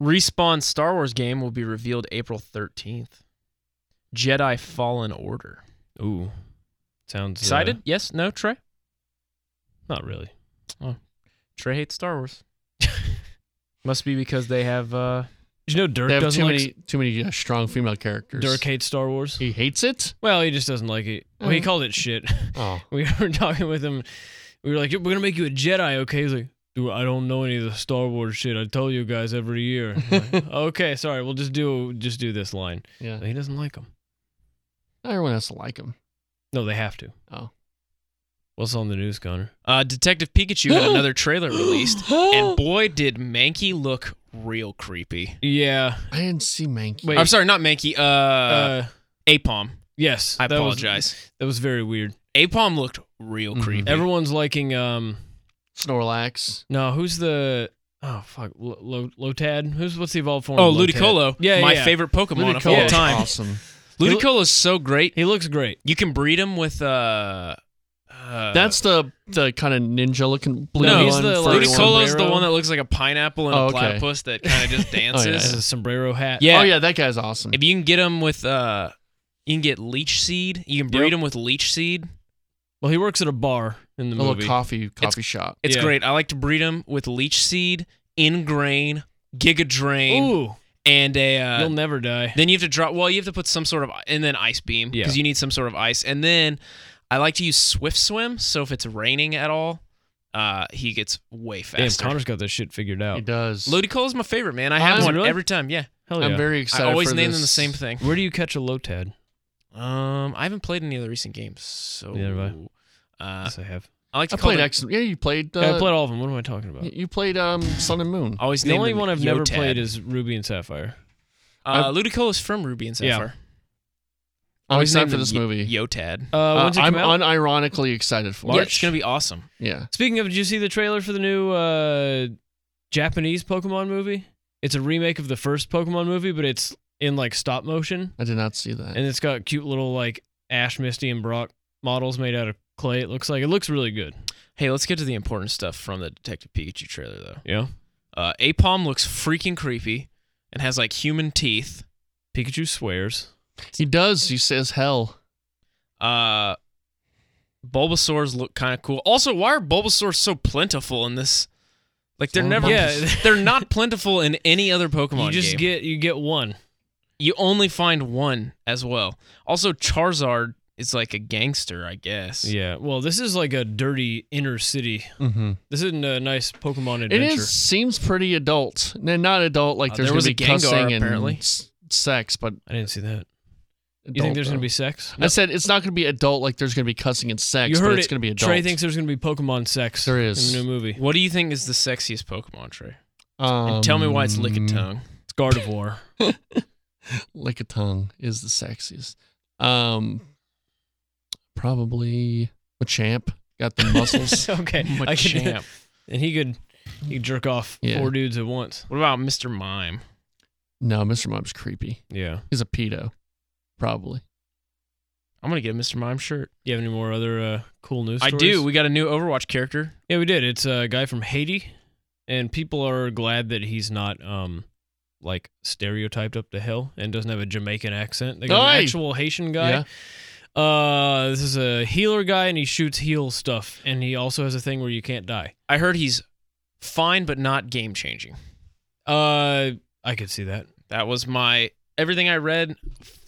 Speaker 5: Respawn Star Wars game will be revealed April 13th. Jedi Fallen Order.
Speaker 4: Ooh, sounds uh,
Speaker 5: Excited? yes? No? Trey?
Speaker 4: not really.
Speaker 5: Trey hates Star Wars. Must be because they have. uh
Speaker 4: Did you know Dirk
Speaker 3: They have
Speaker 4: doesn't
Speaker 3: too
Speaker 4: like
Speaker 3: many too many uh, strong female characters.
Speaker 4: Dirk hates Star Wars.
Speaker 3: He hates it.
Speaker 4: Well, he just doesn't like it. Well, he
Speaker 3: Mhm.
Speaker 4: called it shit.
Speaker 3: Oh,
Speaker 4: we (laughs) were talking with him. We were like, "We're gonna make you a Jedi, okay?" He's like, "Dude, I don't know any of the Star Wars shit. I tell you guys every year." I'm (laughs) like, okay, sorry. We'll just do just do this line.
Speaker 3: yeah.
Speaker 4: He doesn't like them.
Speaker 3: Not everyone has to like him.
Speaker 4: No, they have to.
Speaker 3: Oh.
Speaker 4: What's on the news, Connor?
Speaker 5: Uh, Detective Pikachu had another trailer (gasps)
Speaker 4: (gasps)
Speaker 5: released, and boy, did Mankey look real creepy.
Speaker 4: Yeah.
Speaker 3: I didn't see Mankey.
Speaker 4: Wait.
Speaker 5: I'm sorry, not Mankey. Uh,
Speaker 4: Uh,
Speaker 5: Apom.
Speaker 4: yes.
Speaker 5: I
Speaker 4: that was- (laughs)
Speaker 5: apologize.
Speaker 4: that was very weird.
Speaker 5: Apom looked real
Speaker 3: Mhm.
Speaker 5: creepy.
Speaker 4: Everyone's liking. Um.
Speaker 3: Snorlax.
Speaker 4: No, who's the? Oh fuck, Lo- Lo- Lotad. Who's what's the evolved form?
Speaker 5: oh,
Speaker 4: of Lotad?
Speaker 5: Ludicolo.
Speaker 4: Yeah,
Speaker 5: my
Speaker 4: yeah.
Speaker 5: favorite Pokemon of
Speaker 3: Ludicolo
Speaker 5: all
Speaker 3: is
Speaker 5: time.
Speaker 3: Awesome.
Speaker 5: Ludicolo is so great.
Speaker 4: He looks great.
Speaker 5: You can breed him with uh, uh
Speaker 3: That's the the kind of ninja looking blue
Speaker 5: No, he's
Speaker 3: one.
Speaker 4: the,
Speaker 3: furry
Speaker 4: like,
Speaker 3: one.
Speaker 5: Ludicolo is the
Speaker 4: Sombrero.
Speaker 5: one that looks like a pineapple and
Speaker 3: Oh,
Speaker 5: a
Speaker 3: okay.
Speaker 5: platypus
Speaker 3: (laughs)
Speaker 5: that kind of just
Speaker 3: Oh, yeah.
Speaker 4: This
Speaker 5: dances.
Speaker 4: is a sombrero hat.
Speaker 5: yeah.
Speaker 3: Oh yeah, that guy's awesome.
Speaker 5: If you can get him with uh you can get leech seed. You can breed
Speaker 4: Yep.
Speaker 5: him with leech seed.
Speaker 4: Well, he works at a bar in the
Speaker 3: a
Speaker 4: movie.
Speaker 3: little coffee coffee shop.
Speaker 5: It's
Speaker 4: Yeah.
Speaker 5: great. I like to breed him with leech seed, ingrain, giga drain,
Speaker 4: Ooh,
Speaker 5: and a uh,
Speaker 4: you'll never die.
Speaker 5: Then you have to drop. Well, you have to put some sort of and then ice beam
Speaker 4: Yeah.
Speaker 5: because you need some sort of ice. And then I like to use swift swim. So if it's raining at all, uh, he gets way
Speaker 4: Damn,
Speaker 5: faster.
Speaker 4: Connor's got this shit figured
Speaker 3: He
Speaker 4: out.
Speaker 3: does.
Speaker 5: Ludicolo is my favorite man. I
Speaker 3: Oh,
Speaker 5: have
Speaker 3: is it
Speaker 5: one
Speaker 4: really?
Speaker 5: every time. Yeah,
Speaker 4: Hell yeah.
Speaker 3: I'm very excited.
Speaker 5: I always
Speaker 3: for
Speaker 5: name
Speaker 3: this.
Speaker 5: them the same thing.
Speaker 4: Where do you catch a Lotad?
Speaker 5: Um, I haven't played any of the recent games, so
Speaker 4: Neither have
Speaker 5: uh,
Speaker 4: Yes, I have.
Speaker 5: I like to
Speaker 3: I
Speaker 5: call
Speaker 3: played
Speaker 5: them.
Speaker 3: X. Yeah, you played. Uh,
Speaker 4: Yeah, I played all of them. What am I talking about?
Speaker 3: You played um, Sun and Moon.
Speaker 5: I always
Speaker 4: the
Speaker 5: name
Speaker 4: only
Speaker 5: them
Speaker 4: one I've never
Speaker 5: Yotad.
Speaker 4: played is Ruby and Sapphire.
Speaker 5: uh, Ludicolo is from Ruby and
Speaker 4: Yeah.
Speaker 5: Sapphire.
Speaker 3: I'm excited
Speaker 5: named
Speaker 3: for this
Speaker 5: them
Speaker 3: movie.
Speaker 5: Yo- Yotad.
Speaker 4: Uh,
Speaker 3: Uh,
Speaker 4: when's it
Speaker 3: I'm
Speaker 4: come out?
Speaker 3: unironically excited for
Speaker 5: Yeah,
Speaker 3: it.
Speaker 5: it's gonna be awesome.
Speaker 3: Yeah.
Speaker 4: Speaking of, did you see the trailer for the new uh, Japanese Pokemon movie? It's a remake of the first Pokemon movie, but it's in like stop motion,
Speaker 3: I did not see that.
Speaker 4: and it's got cute little like Ash, Misty, and Brock models made out of clay. It looks like it looks really good.
Speaker 5: Hey, let's get to the important stuff from the Detective Pikachu trailer, though.
Speaker 4: Yeah,
Speaker 5: Uh, Apom looks freaking creepy and has like human teeth.
Speaker 4: Pikachu swears.
Speaker 3: he does. He says hell.
Speaker 5: Uh, Bulbasaur's look kind of cool. Also, why are Bulbasaur's so plentiful in this? Like they're never,
Speaker 4: Yeah.
Speaker 5: (laughs) they're not plentiful in any other Pokemon
Speaker 4: you just
Speaker 5: game.
Speaker 4: get you get one.
Speaker 5: you only find one as well. Also, Charizard is like a gangster, I guess.
Speaker 4: Yeah. Well, this is like a dirty inner city.
Speaker 3: Mm-hmm.
Speaker 4: This isn't a nice Pokemon
Speaker 3: It
Speaker 4: adventure.
Speaker 3: is seems pretty adult. No, not adult. Like
Speaker 5: Uh,
Speaker 3: there's
Speaker 5: there was
Speaker 3: gonna
Speaker 5: a
Speaker 3: be
Speaker 5: Gengar,
Speaker 3: cussing
Speaker 5: apparently.
Speaker 3: and s- sex, but
Speaker 4: I didn't see that. You
Speaker 3: adult,
Speaker 4: think there's
Speaker 3: though.
Speaker 4: gonna be sex?
Speaker 3: I said it's not going to be adult. Like there's going to be cussing and sex,
Speaker 4: you heard
Speaker 3: but it's
Speaker 4: it.
Speaker 3: going to be adult.
Speaker 4: Trey thinks there's gonna be Pokemon sex.
Speaker 3: There is.
Speaker 4: in the new movie.
Speaker 3: (laughs)
Speaker 5: What do you think is the sexiest Pokemon, Trey?
Speaker 3: um,
Speaker 5: And tell me why it's Lickitung.
Speaker 4: Um, It's Gardevoir.
Speaker 3: Lick a tongue is the sexiest. Um, probably Machamp
Speaker 4: (laughs)
Speaker 3: got the muscles.
Speaker 4: okay. I can-
Speaker 5: Machamp.
Speaker 4: and he could he could jerk off
Speaker 3: Yeah.
Speaker 4: four dudes at once.
Speaker 5: What about Mr. Mime?
Speaker 3: no, Mr. Mom's creepy.
Speaker 4: Yeah.
Speaker 3: He's a pedo, probably.
Speaker 5: I'm gonna get a Mr. Mime shirt.
Speaker 4: You have any more other uh, cool news?
Speaker 5: I
Speaker 4: stories?
Speaker 5: do. We got a new Overwatch character.
Speaker 4: yeah, we did. It's a guy from Haiti, and people are glad that he's not um like stereotyped up to hell and doesn't have a Jamaican accent. They got
Speaker 3: Aye.
Speaker 4: an actual Haitian guy.
Speaker 3: Yeah.
Speaker 4: Uh, this is a healer guy, and he shoots heal stuff, and he also has a thing where you can't die.
Speaker 5: I heard he's fine, but not game changing.
Speaker 4: Uh, I could see that.
Speaker 5: That was my everything I read.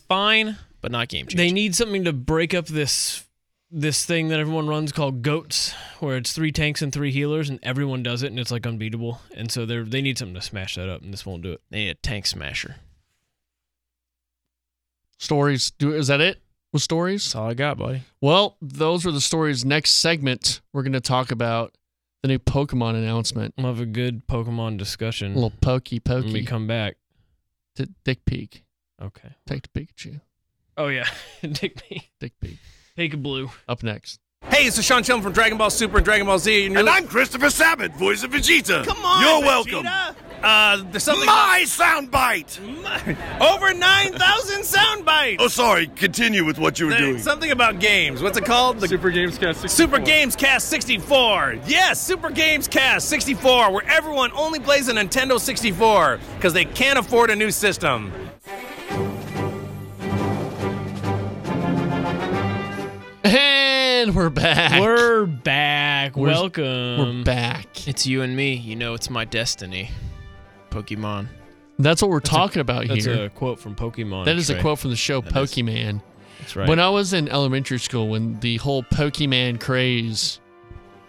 Speaker 5: Fine, but not game
Speaker 4: They
Speaker 5: changing.
Speaker 4: need something to break up this this thing that everyone runs called goats, where it's three tanks and three healers, and everyone does it, and it's like unbeatable. And so they are they need something to smash that up, and this won't do it.
Speaker 5: They, need a tank smasher.
Speaker 3: Stories. Do is that it with stories?
Speaker 5: That's all I got, buddy.
Speaker 3: Well, those were the stories. Next segment, we're going to talk about the new Pokemon announcement.
Speaker 4: We'll have a good Pokemon discussion
Speaker 3: little pokey
Speaker 4: when we
Speaker 3: pokey.
Speaker 4: Mm. come back.
Speaker 3: D- Dick Peak.
Speaker 4: Okay.
Speaker 3: Take the Pikachu.
Speaker 4: Oh yeah, (laughs) Dick me.
Speaker 3: Dick Peak.
Speaker 4: Take a blue.
Speaker 3: Up next.
Speaker 7: Hey, it's Sean Chum from Dragon Ball Super and Dragon Ball Z, and you're
Speaker 2: And I'm Christopher Sabat, voice of Vegeta. Come
Speaker 7: on,
Speaker 2: You're welcome.
Speaker 7: Vegeta. Uh, there's something.
Speaker 8: My soundbite!
Speaker 7: Over 9,000 (laughs) sound bites!
Speaker 8: Oh, sorry. Continue with what you were
Speaker 7: There-
Speaker 8: doing.
Speaker 7: Something about games. What's it called? The
Speaker 9: Super Games Cast.
Speaker 7: Super Games Cast 64. Yes, Super Games Cast 64, where everyone only plays a Nintendo 64 because they can't afford a new system.
Speaker 3: And we're back.
Speaker 4: We're um, back.
Speaker 3: We're-
Speaker 4: Welcome.
Speaker 3: We're back.
Speaker 5: It's you and me. You know, it's my destiny. Pokemon.
Speaker 3: That's what we're talking about
Speaker 4: That's
Speaker 3: here.
Speaker 4: a quote from Pokemon.
Speaker 3: that is a
Speaker 4: Trey.
Speaker 3: quote from the show Pokemon.
Speaker 4: That's right.
Speaker 3: When I was in elementary school, when the whole Pokemon craze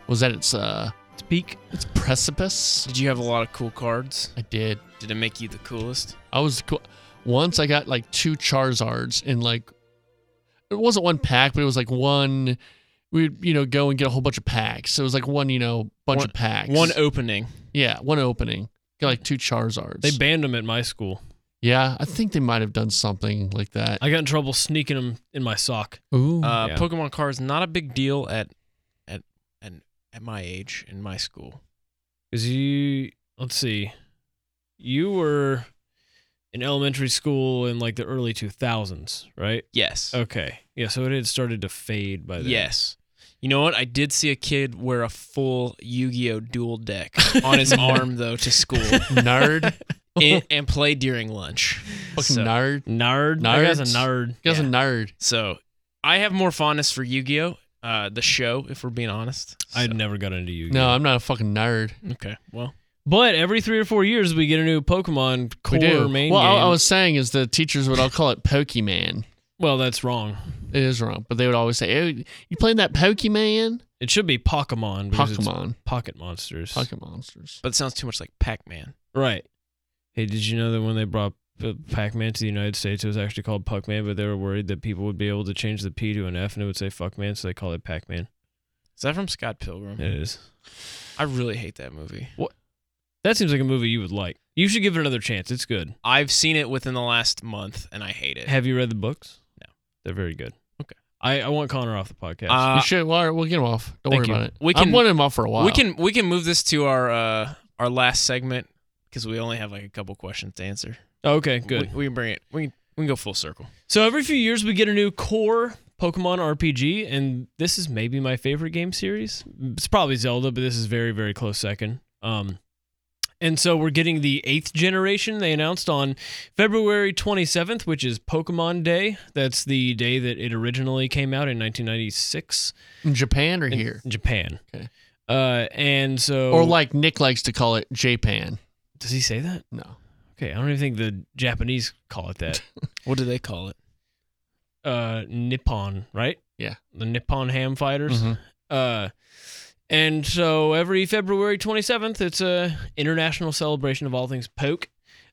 Speaker 3: was at its uh
Speaker 4: speak.
Speaker 3: its precipice,
Speaker 5: Did you have a lot of cool cards?
Speaker 3: I did.
Speaker 5: Did it make you the coolest?
Speaker 3: I was cool. Once I got like two Charizards in like it wasn't one pack, but it was like one. We'd you know go and get a whole bunch of packs. So it was like one you know bunch
Speaker 5: One-
Speaker 3: of packs.
Speaker 5: One opening.
Speaker 3: yeah, one opening. Got like two Charizards.
Speaker 4: They banned them at my school.
Speaker 3: yeah, I think they might have done something like that.
Speaker 4: I got in trouble sneaking them in my sock.
Speaker 3: Ooh,
Speaker 5: Uh,
Speaker 4: Yeah.
Speaker 5: Pokemon cards not a big deal at at at, at my age in my school.
Speaker 4: Because you, let's see, you were in elementary school in like the early 2000s, right?
Speaker 5: Yes.
Speaker 4: Okay. Yeah, so it had started to fade by then.
Speaker 5: Yes. You know what? I did see a kid wear a full Yu-Gi-Oh
Speaker 3: (laughs)
Speaker 5: dual deck on his arm though to school
Speaker 3: nerd,
Speaker 5: and, and play during lunch.
Speaker 3: fucking
Speaker 5: So-
Speaker 3: nerd.
Speaker 4: Nerd. That guy's a
Speaker 3: Nerds.
Speaker 4: nerd.
Speaker 3: You guys a nerd.
Speaker 5: So I have more fondness for Yu-Gi-Oh, uh, the show, if we're being honest.
Speaker 4: I'd never got into you.
Speaker 3: No, I'm not a fucking nerd.
Speaker 5: Okay. Well,
Speaker 4: But every three or four years, we get a new Pokemon core
Speaker 3: we do.
Speaker 4: main
Speaker 3: well, all
Speaker 4: game.
Speaker 3: I was saying is the teachers would all call it Pokemon.
Speaker 4: well, that's wrong.
Speaker 3: It is wrong, but they would always say, "Oh, you playing that Pokemon?
Speaker 4: It should be Pokemon. because it's
Speaker 3: Pokemon,
Speaker 4: Pocket Monsters.
Speaker 3: Pokemon monsters."
Speaker 5: but it sounds too much like Pac-Man.
Speaker 4: Right. Hey, did you know that when they brought uh, Pac-Man to the United States, it was actually called Puck-Man, but they were worried that people would be able to change the P to an F and it would say Fuck-Man, so they call it Pac-Man.
Speaker 5: Is that from Scott Pilgrim?
Speaker 4: It is.
Speaker 5: I really hate that movie.
Speaker 4: That seems like a movie you would like. You should give it another chance. It's good.
Speaker 5: I've seen it within the last month and I hate it.
Speaker 4: Have you read the books?
Speaker 5: No.
Speaker 4: They're very good.
Speaker 5: Okay.
Speaker 4: I, I want Connor off the podcast.
Speaker 5: Uh,
Speaker 3: you should. Well, all right, we'll get him off. Don't worry
Speaker 4: Thank you.
Speaker 3: about it.
Speaker 5: We
Speaker 3: I've
Speaker 5: can-
Speaker 3: wanted him off for a while.
Speaker 5: We can we can move this to our uh, our last segment because we only have like a couple questions to answer.
Speaker 4: Oh, okay, good.
Speaker 5: We, we can bring it. We can, we can go full circle.
Speaker 4: So every few years we get a new core Pokemon RPG, and this is maybe my favorite game series. It's probably Zelda, but this is very, very close second. Um, and so we're getting the eighth generation. They announced on February 27th, which is Pokemon Day. That's the day that it originally came out in 1996
Speaker 3: in Japan or
Speaker 4: in
Speaker 3: here,
Speaker 4: Japan.
Speaker 3: Okay.
Speaker 4: Uh, and so,
Speaker 3: or like Nick likes to call it Japan.
Speaker 4: does he say that?
Speaker 3: No,
Speaker 4: Okay, I don't even think the Japanese call it that.
Speaker 5: What do they call it?
Speaker 4: uh, Nippon, right?
Speaker 3: Yeah.
Speaker 4: the Nippon Ham Fighters.
Speaker 5: Mm-hmm.
Speaker 3: Mhm.
Speaker 4: Uh, and so every February 27th, it's a international celebration of all things poke.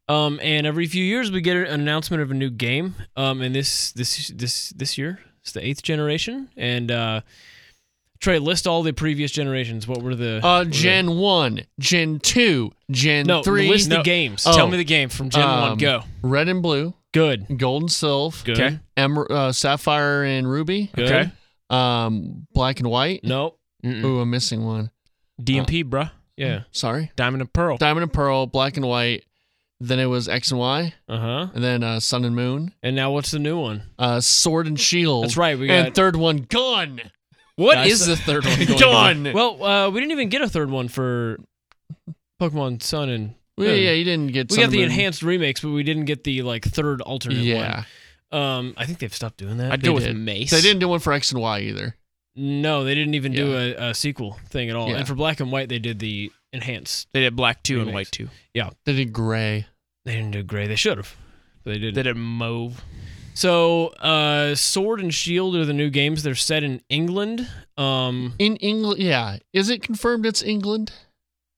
Speaker 4: Um, and every few years, we get an announcement of a new game. Um, and this this this this year, it's the eighth generation. And uh, Trey, list all the previous generations. What were the
Speaker 3: uh, Gen one, Gen two, Gen
Speaker 4: no
Speaker 3: three.
Speaker 4: list
Speaker 3: no,
Speaker 4: the games?
Speaker 3: Oh.
Speaker 5: Tell me the game from Gen
Speaker 3: um,
Speaker 5: One. Go.
Speaker 3: Red and blue,
Speaker 4: Good,
Speaker 3: gold and silver,
Speaker 4: good,
Speaker 5: Okay.
Speaker 3: emer- uh, sapphire and ruby.
Speaker 4: good.
Speaker 5: Okay.
Speaker 3: Um, black and white.
Speaker 4: Nope.
Speaker 5: Mm-mm.
Speaker 3: Ooh, I'm missing one.
Speaker 5: DMP, bruh.
Speaker 4: Yeah.
Speaker 3: Sorry.
Speaker 5: Mm-hmm. Diamond and Pearl.
Speaker 3: Diamond and Pearl, Black and White. Then it was X and Y,
Speaker 4: Uh huh.
Speaker 3: and then uh, Sun and Moon,
Speaker 4: And now what's the new one?
Speaker 3: uh, Sword and Shield.
Speaker 4: That's right. We got
Speaker 3: Oh. And third one, Gun.
Speaker 5: What
Speaker 4: Guys,
Speaker 5: is the third
Speaker 3: (laughs)
Speaker 5: one? going on?
Speaker 3: Gun.
Speaker 4: Well, uh, we didn't even get a third one for Pokemon Sun and
Speaker 3: Well, yeah, you didn't get.
Speaker 4: hmm. we
Speaker 3: Sun
Speaker 4: got
Speaker 3: and
Speaker 4: the
Speaker 3: Moon.
Speaker 4: enhanced remakes, but we didn't get the like third alternate
Speaker 3: Yeah,
Speaker 4: one. Um, I think they've stopped doing that.
Speaker 5: I'd go with
Speaker 3: did.
Speaker 5: Mace.
Speaker 3: they didn't do one for X and Y either.
Speaker 4: no, they didn't even do
Speaker 3: Yeah.
Speaker 4: a, a sequel thing at all.
Speaker 3: Yeah.
Speaker 4: And for Black and White, they did the enhanced.
Speaker 5: They did Black Two and
Speaker 4: Remakes.
Speaker 5: White Two.
Speaker 3: They did Gray.
Speaker 4: They didn't do Gray. They should have, but they didn't.
Speaker 5: They did Mauve.
Speaker 4: so, uh, Sword and Shield are the new games. They're set in England. Um,
Speaker 3: In England, yeah. Is it confirmed it's England?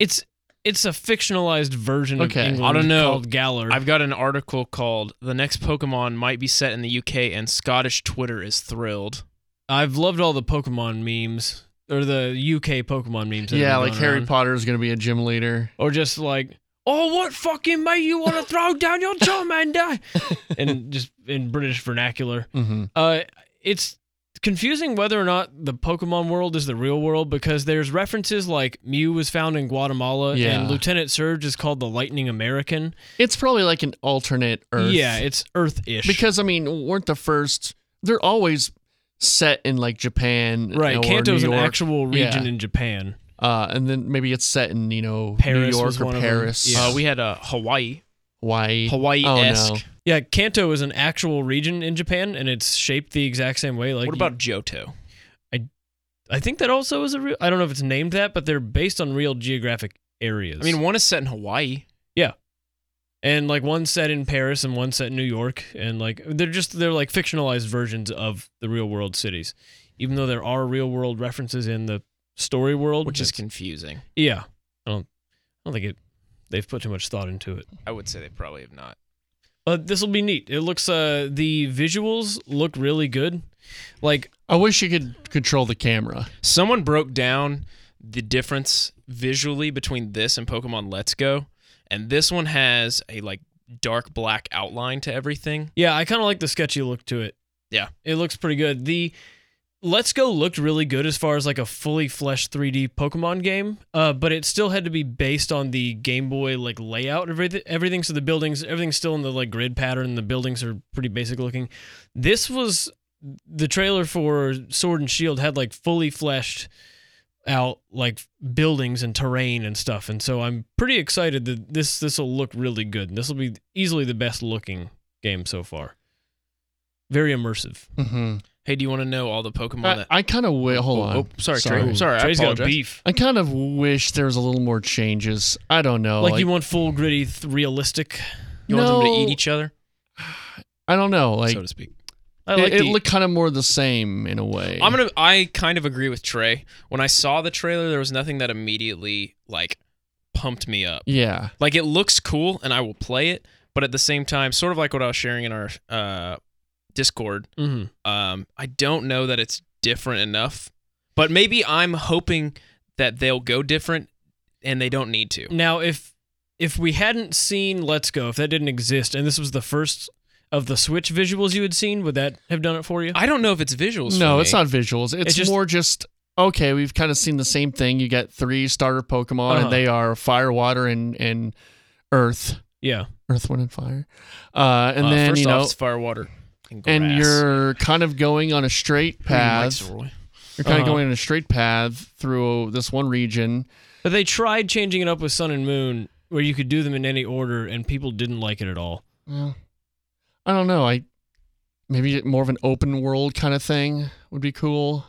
Speaker 4: it's it's a fictionalized version
Speaker 3: Okay.
Speaker 4: of
Speaker 3: I
Speaker 4: England.
Speaker 5: don't know.
Speaker 4: Called Galar.
Speaker 5: I've got an article called "The Next Pokemon Might Be Set in the UK," and Scottish Twitter is thrilled.
Speaker 4: I've loved all the Pokemon memes or the UK Pokemon memes. that have
Speaker 3: yeah,
Speaker 4: been
Speaker 3: like
Speaker 4: going
Speaker 3: Harry
Speaker 4: around.
Speaker 3: Potter is gonna be a gym leader.
Speaker 4: or just like, oh, what fucking made you
Speaker 3: (laughs)
Speaker 4: want to throw down your Charmander? and just in British vernacular,
Speaker 3: Mm-hmm.
Speaker 4: uh, it's confusing whether or not the Pokemon world is the real world because there's references like Mew was found in Guatemala
Speaker 3: Yeah.
Speaker 4: and Lieutenant Surge is called the Lightning American.
Speaker 3: It's probably like an alternate Earth.
Speaker 4: Yeah, it's Earth-ish.
Speaker 3: because I mean, weren't the first? They're always set in like Japan,
Speaker 4: right,
Speaker 3: or
Speaker 4: Kanto's
Speaker 3: New
Speaker 4: an
Speaker 3: York.
Speaker 4: actual region
Speaker 3: Yeah.
Speaker 4: in Japan.
Speaker 3: uh, and then maybe it's set in you know
Speaker 4: Paris
Speaker 3: New York
Speaker 4: was
Speaker 3: or
Speaker 4: one of them.
Speaker 3: Paris.
Speaker 4: Yeah.
Speaker 5: Uh, we had uh, Hawaii.
Speaker 3: Hawaii,
Speaker 5: Hawaii-esque.
Speaker 3: Oh, no.
Speaker 4: Yeah, Kanto is an actual region in Japan and it's shaped the exact same way like
Speaker 5: what about Johto?
Speaker 4: I think that also is a real I don't know if it's named that, but they're based on real geographic areas.
Speaker 5: I mean, one is set in Hawaii.
Speaker 4: and like one set in Paris and one set in New York, and like they're just they're like fictionalized versions of the real world cities, even though there are real world references in the story world,
Speaker 5: Which is
Speaker 4: it's-
Speaker 5: confusing.
Speaker 4: yeah. I don't, I don't think it. They've put too much thought into it.
Speaker 5: I would say they probably have not.
Speaker 4: But this will be neat. It looks. Uh, the visuals look really good. Like
Speaker 3: I wish you could control the camera.
Speaker 5: Someone broke down the difference visually between this and Pokemon Let's Go, and this one has a like dark black outline to everything.
Speaker 4: Yeah, I kind of like the sketchy look to it.
Speaker 5: Yeah.
Speaker 4: It looks pretty good. The Let's Go looked really good as far as like a fully fleshed 3D Pokemon game, uh, but it still had to be based on the Game Boy like layout of everyth- everything. So the buildings, everything's still in the like grid pattern. The buildings are pretty basic looking. This was the trailer for Sword and Shield had like fully fleshed out like buildings and terrain and stuff, and so I'm pretty excited that this this will look really good. This will be easily the best looking game so far. Very immersive.
Speaker 3: Mm-hmm.
Speaker 5: Hey, do you want to know all the Pokemon
Speaker 3: I,
Speaker 5: that?
Speaker 3: I kind of wish. Hold
Speaker 5: Oh,
Speaker 3: on.
Speaker 5: oh, sorry,
Speaker 3: sorry.
Speaker 5: Trey. Sorry,
Speaker 4: Trey's
Speaker 5: I
Speaker 4: got
Speaker 5: apologize.
Speaker 4: beef.
Speaker 3: I kind of wish there was a little more changes. I don't know.
Speaker 4: Like, you want full gritty, th- realistic.
Speaker 5: You want them to
Speaker 3: No.
Speaker 5: eat each other,
Speaker 3: I don't know. Like
Speaker 5: so to speak.
Speaker 4: I
Speaker 3: it,
Speaker 4: like
Speaker 3: it
Speaker 4: the-
Speaker 3: looked kind of more the same in a way.
Speaker 5: I'm gonna. I kind of agree with Trey. When I saw the trailer, there was nothing that immediately like pumped me up.
Speaker 3: Yeah.
Speaker 5: Like it looks cool, and I will play it. But at the same time, sort of like what I was sharing in our uh, Discord,
Speaker 4: Mhm.
Speaker 3: Mm-hmm.
Speaker 5: um, I don't know that it's different enough. But maybe I'm hoping that they'll go different, and they don't need to.
Speaker 4: Now, if if we hadn't seen Let's Go, if that didn't exist, and this was the first of the Switch visuals you had seen, would that have done it for you?
Speaker 5: I don't know if it's visuals.
Speaker 3: No,
Speaker 5: for
Speaker 3: it's
Speaker 5: me.
Speaker 3: not visuals. It's
Speaker 4: just-
Speaker 3: more just okay. We've kind of seen the same thing. You get three starter Pokemon,
Speaker 4: Uh-huh.
Speaker 3: and they are Fire, Water, and and Earth,
Speaker 4: yeah.
Speaker 3: Earth, Wind, and Fire. Uh, and
Speaker 5: Uh,
Speaker 3: then
Speaker 5: first
Speaker 3: you
Speaker 5: off,
Speaker 3: know,
Speaker 5: it's fire, water, and, grass.
Speaker 3: and you're kind of going on a straight path.
Speaker 5: Mike's Roy.
Speaker 3: You're kind
Speaker 4: Uh-huh.
Speaker 3: of going on a straight path through this one region.
Speaker 4: But they tried changing it up with Sun and Moon, where you could do them in any order, and people didn't like it at all.
Speaker 3: Well, I don't know. I maybe more of an open world kind of thing would be cool.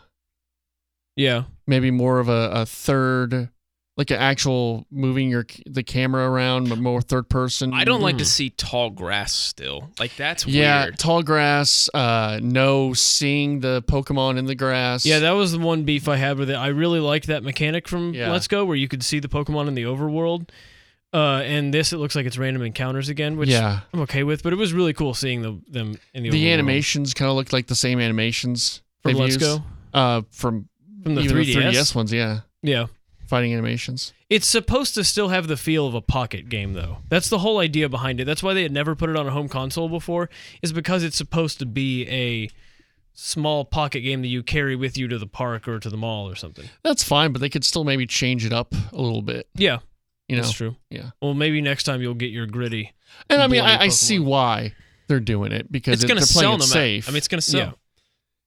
Speaker 4: Yeah.
Speaker 3: Maybe more of a, a third, like an actual moving your c- the camera around, but more third person.
Speaker 5: I don't like to see tall grass still. Like that's
Speaker 3: Mm-hmm. Yeah,
Speaker 5: weird.
Speaker 3: tall grass. Uh, no, seeing the Pokemon in the grass.
Speaker 4: Yeah, that was the one beef I had with it. I really liked that mechanic from
Speaker 3: Yeah.
Speaker 4: Let's Go where you could see the Pokemon in the overworld. Uh, and this, it looks like it's random encounters again, which
Speaker 3: yeah.
Speaker 4: I'm okay with. But it was really cool seeing the, them in the,
Speaker 3: The,
Speaker 4: overworld.
Speaker 3: animations kind of looked like the same animations
Speaker 4: from
Speaker 3: they've
Speaker 4: Let's
Speaker 3: used.
Speaker 4: Go
Speaker 3: Uh, from
Speaker 4: from the
Speaker 3: even
Speaker 4: 3DS.
Speaker 3: the 3DS ones. Yeah,
Speaker 4: Yeah,
Speaker 3: fighting animations.
Speaker 4: it's supposed to still have the feel of a pocket game, though. That's the whole idea behind it. That's why they had never put it on a home console before, is because it's supposed to be a small pocket game that you carry with you to the park or to the mall or something.
Speaker 3: That's fine, but they could still maybe change it up a little bit.
Speaker 4: Yeah,
Speaker 3: You know.
Speaker 4: that's true.
Speaker 3: Yeah.
Speaker 4: Well, maybe next time you'll get your gritty.
Speaker 3: And I mean,
Speaker 4: bloody
Speaker 3: I, I see
Speaker 4: Pokemon.
Speaker 3: why they're doing it because
Speaker 5: It's
Speaker 3: it-
Speaker 5: gonna
Speaker 3: they're playing
Speaker 5: sell
Speaker 3: it
Speaker 5: them. out.
Speaker 3: safe.
Speaker 5: I mean, it's gonna sell.
Speaker 4: Yeah.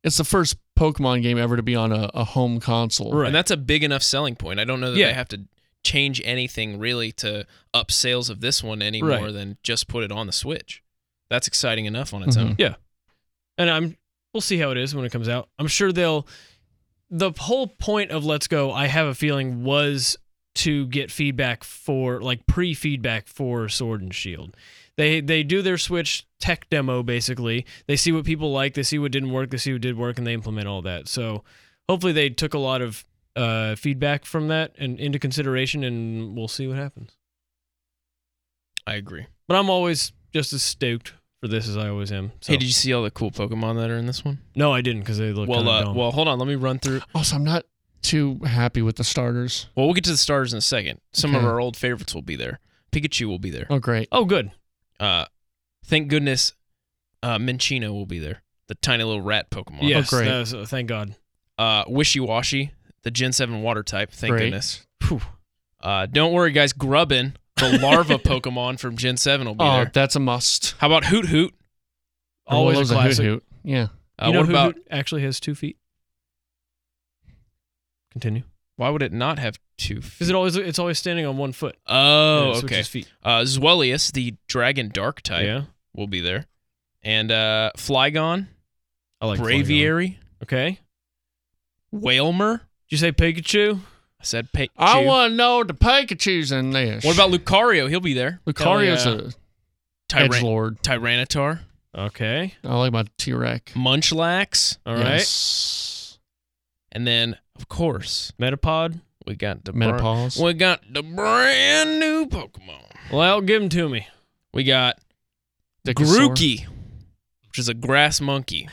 Speaker 3: it's the first Pokemon game ever to be on a, a home console.
Speaker 4: Right.
Speaker 5: And that's a big enough selling point. I don't know that
Speaker 4: Yeah.
Speaker 5: they have to change anything really to up sales of this one any
Speaker 4: Right.
Speaker 5: more than just put it on the Switch. That's exciting enough on its
Speaker 4: Mm-hmm.
Speaker 3: Mhm.
Speaker 5: own.
Speaker 4: and I'm we'll see how it is when it comes out. I'm sure they'll the whole point of Let's Go, I have a feeling, was to get feedback for like pre-feedback for Sword and Shield. They they do their Switch tech demo basically. They see what people like, they see what didn't work, they see what did work, and they implement all that. So hopefully they took a lot of uh, feedback from that and into consideration, and we'll see what happens.
Speaker 5: I agree.
Speaker 4: But I'm always just as stoked for this as I always am. So.
Speaker 5: Hey, did you see all the cool Pokemon that are in this one?
Speaker 4: no, I didn't because they look
Speaker 5: well,
Speaker 4: kinda
Speaker 5: uh,
Speaker 4: dumb.
Speaker 5: well, hold on. Let me run through.
Speaker 3: Also, I'm not too happy with the starters.
Speaker 5: Well, we'll get to the starters in a second. Some of
Speaker 3: Okay.
Speaker 5: our old favorites will be there. Pikachu will be there.
Speaker 3: Oh, great.
Speaker 4: oh good.
Speaker 5: Uh, thank goodness, uh, Minchino will be there. the tiny little rat Pokemon.
Speaker 4: Yes,
Speaker 3: great.
Speaker 4: no, so thank God.
Speaker 5: Uh, Wishy Washy, the Gen 7 water type. Thank
Speaker 3: Great.
Speaker 5: goodness. Uh, don't worry, guys. Grubbin,
Speaker 4: (laughs)
Speaker 5: the larva Pokemon from Gen 7 will be
Speaker 3: Oh,
Speaker 5: there.
Speaker 3: that's a must.
Speaker 5: How about Hoot Hoot?
Speaker 4: Always
Speaker 3: Well, that was
Speaker 4: a classic.
Speaker 3: hoot-hoot. Yeah.
Speaker 5: Uh,
Speaker 4: you know
Speaker 5: what
Speaker 4: who
Speaker 5: about,
Speaker 4: actually has two feet? Continue.
Speaker 5: why would it not have two feet?
Speaker 4: Because it always it's always standing on one foot.
Speaker 5: oh,
Speaker 4: And it
Speaker 5: okay.
Speaker 4: switches Feet.
Speaker 5: Uh, Zwellius, the dragon dark type,
Speaker 4: Yeah,
Speaker 5: will be there. And uh, Flygon,
Speaker 4: I like Flygon.
Speaker 5: Braviary,
Speaker 4: Okay.
Speaker 5: Whalmer.
Speaker 4: Did you say Pikachu?
Speaker 5: I said pay.
Speaker 3: I want to know the Pikachu's in this.
Speaker 5: What about Lucario? He'll be there.
Speaker 3: Lucario's
Speaker 4: Hell
Speaker 3: a
Speaker 5: Tyran-
Speaker 3: edge lord.
Speaker 5: Tyranitar,
Speaker 4: Okay.
Speaker 3: I like my T Rex.
Speaker 5: Munchlax,
Speaker 4: All right.
Speaker 5: and then of course
Speaker 4: Metapod.
Speaker 5: we got the bran-
Speaker 3: Menopause.
Speaker 5: we got the brand new Pokemon.
Speaker 4: Well, give them to me.
Speaker 5: We got
Speaker 3: Dickosaur.
Speaker 5: Grookey, which is a grass monkey.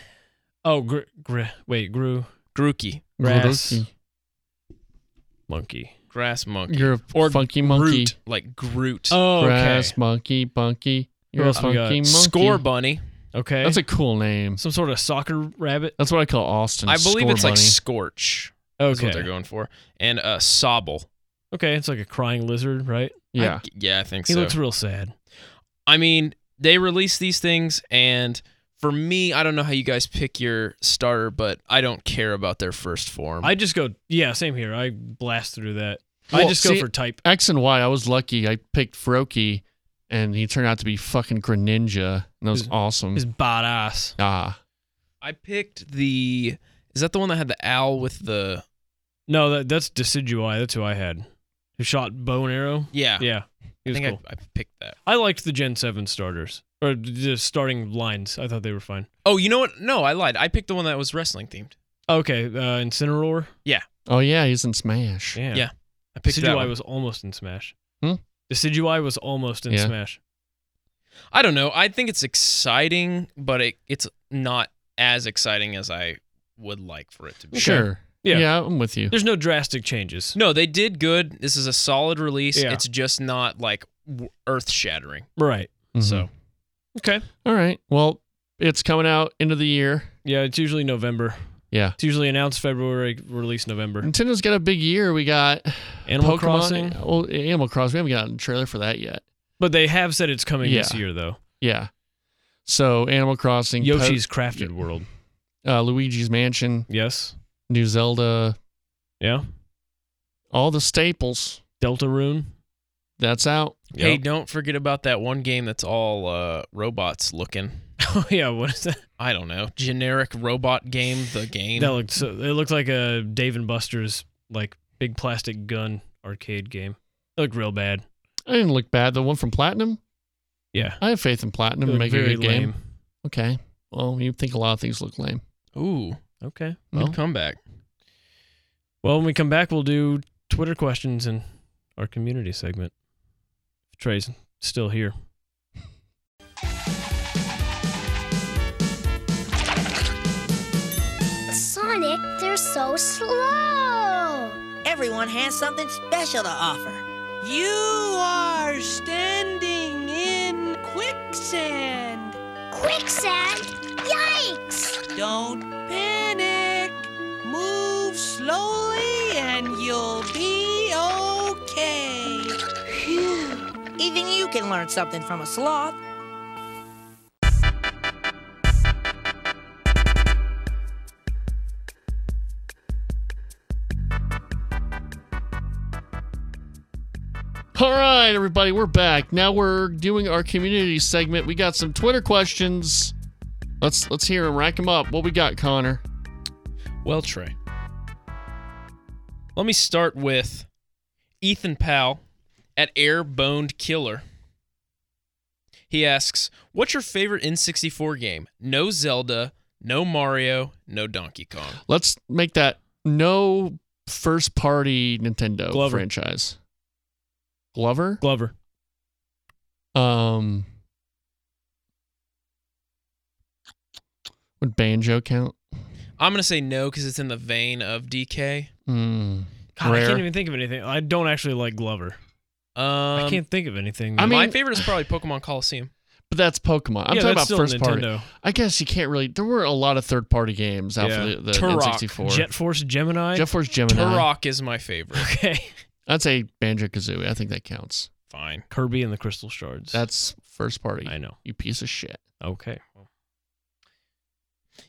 Speaker 4: Oh, gr- gr- wait, Gru
Speaker 5: Grookey,
Speaker 4: grass
Speaker 3: Grookey.
Speaker 4: monkey.
Speaker 5: grass monkey,
Speaker 3: You're a
Speaker 5: Or
Speaker 3: funky monkey.
Speaker 5: Groot, like Groot.
Speaker 4: Oh, okay.
Speaker 3: Grass monkey, bunky. You're a
Speaker 4: else we
Speaker 3: funky
Speaker 4: got?
Speaker 3: monkey.
Speaker 5: Score bunny.
Speaker 4: Okay.
Speaker 3: That's a cool name.
Speaker 4: some sort of soccer rabbit.
Speaker 3: That's what I call Austin.
Speaker 5: I believe
Speaker 3: Score
Speaker 5: it's like
Speaker 3: bunny.
Speaker 5: Scorch. That's what they're
Speaker 4: Okay.
Speaker 5: going for. And uh, Sobble.
Speaker 4: Okay, it's like a crying lizard, right?
Speaker 3: yeah.
Speaker 5: I, yeah, I think
Speaker 4: He
Speaker 5: so.
Speaker 4: looks real sad.
Speaker 5: I mean, they release these things, and for me, I don't know how you guys pick your starter, but I don't care about their first form.
Speaker 4: I just go, yeah, same here. I blast through that. I
Speaker 3: Well,
Speaker 4: just go
Speaker 3: see-
Speaker 4: for type.
Speaker 3: X and Y. I was lucky. I picked Froakie, and he turned out to be fucking Greninja, and that was
Speaker 4: His-
Speaker 3: awesome.
Speaker 4: It's badass.
Speaker 3: ah,
Speaker 5: I picked the. Is that the one that had the owl with the?
Speaker 4: No, that that's Decidueye. That's who I had. Who shot bow and arrow?
Speaker 5: Yeah,
Speaker 4: Yeah, he
Speaker 5: I
Speaker 4: was
Speaker 5: think
Speaker 4: cool.
Speaker 5: I, I picked that.
Speaker 4: I, liked the Gen Seven starters or the starting lines. I thought they were fine.
Speaker 5: Oh, you know what? No, I lied. I picked the one that was wrestling themed.
Speaker 4: Okay, uh, Incineroar.
Speaker 3: oh yeah, he's in Smash.
Speaker 4: Yeah,
Speaker 5: Yeah, I picked that
Speaker 4: Decidueye
Speaker 5: one.
Speaker 4: was almost in Smash.
Speaker 3: Hmm?
Speaker 4: Decidueye was almost in
Speaker 3: Yeah.
Speaker 4: Smash.
Speaker 5: I don't know. I think it's exciting, but it it's not as exciting as I would like for it to be.
Speaker 3: Sure.
Speaker 4: Yeah.
Speaker 3: Yeah. I'm with you.
Speaker 4: There's no drastic changes.
Speaker 5: No, they did good. This is a solid release.
Speaker 4: Yeah. Mm-hmm.
Speaker 5: It's just not like earth shattering.
Speaker 4: Right.
Speaker 3: Mhm.
Speaker 5: So
Speaker 4: Okay.
Speaker 3: all right. Well, it's coming out end of the year.
Speaker 4: Yeah, it's usually November.
Speaker 3: Yeah.
Speaker 4: It's usually announced February, released
Speaker 5: Hmm.
Speaker 4: November.
Speaker 3: Nintendo's got a big year. We got
Speaker 4: Animal
Speaker 3: Pokemon-
Speaker 4: Crossing.
Speaker 3: Well, Animal Crossing. We haven't gotten a trailer for that yet.
Speaker 4: But they have said it's coming this
Speaker 3: Yeah.
Speaker 4: year, though.
Speaker 3: Yeah. So Animal Crossing, Po-
Speaker 4: Yoshi's Crafted World.
Speaker 3: uh, Luigi's Mansion,
Speaker 4: Yes.
Speaker 3: New Zelda,
Speaker 4: Yeah.
Speaker 3: all the staples.
Speaker 4: Delta Rune.
Speaker 3: That's out.
Speaker 5: hey, don't forget about that one game that's all uh, robots looking.
Speaker 4: oh (laughs) yeah. What is that?
Speaker 5: I don't know, generic robot game. The game.
Speaker 4: That looked so. It looked like a Dave and Buster's like big plastic gun arcade game. It looked real bad.
Speaker 3: I didn't look bad. The one from Platinum.
Speaker 4: Yeah.
Speaker 3: I have faith in Platinum
Speaker 4: It
Speaker 3: to
Speaker 4: looked
Speaker 3: make a
Speaker 4: very
Speaker 3: good
Speaker 4: lame.
Speaker 3: game. Okay. Well, you think a lot of things look lame.
Speaker 5: Ooh,
Speaker 4: Okay.
Speaker 5: good
Speaker 3: Well,
Speaker 5: comeback.
Speaker 4: Well, when we come back, we'll do Twitter questions and our community segment. If Trey's still here.
Speaker 9: Sonic, they're so slow.
Speaker 10: Everyone has something special to offer. You are standing in quicksand.
Speaker 9: Quicksand! Yikes!
Speaker 10: Don't panic. Move slowly and you'll be okay. Phew. Even you can learn something from a sloth.
Speaker 3: all right, everybody, we're back. Now we're doing our community segment. We got some Twitter questions. Let's let's hear them. Rack them up. What we got, Connor?
Speaker 5: Well, Trey, let me start with Ethan Powell at Air Boned Killer. He asks, "What's your favorite N64 game? No Zelda, no Mario, no Donkey Kong."
Speaker 3: Let's make that no first party Nintendo
Speaker 4: Glover.
Speaker 3: franchise. Glover.
Speaker 4: Glover.
Speaker 3: Um. Would banjo count?
Speaker 5: I'm gonna say no because it's in the vein of DK.
Speaker 3: Hmm.
Speaker 4: God, I
Speaker 3: Rare.
Speaker 4: can't even think of anything. I don't actually like Glover.
Speaker 5: Um,
Speaker 4: I can't think of anything.
Speaker 3: I mean-
Speaker 5: my favorite is probably Pokemon Coliseum.
Speaker 3: But that's Pokemon. I'm
Speaker 4: Yeah,
Speaker 3: talking
Speaker 4: that's
Speaker 3: about
Speaker 4: still
Speaker 3: first party.
Speaker 4: Nintendo.
Speaker 3: I guess you can't really. There were a lot of third party games out
Speaker 5: Yeah.
Speaker 3: for the, the
Speaker 5: Turok,
Speaker 3: N64.
Speaker 4: Jet Force Gemini.
Speaker 3: Jet Force Gemini.
Speaker 5: Turok is my favorite.
Speaker 4: okay.
Speaker 3: I'd say Banjo Kazooie. I think that counts.
Speaker 5: Fine.
Speaker 4: Kirby and the Crystal Shards.
Speaker 3: That's first party.
Speaker 4: I know.
Speaker 3: You piece of shit.
Speaker 4: Okay.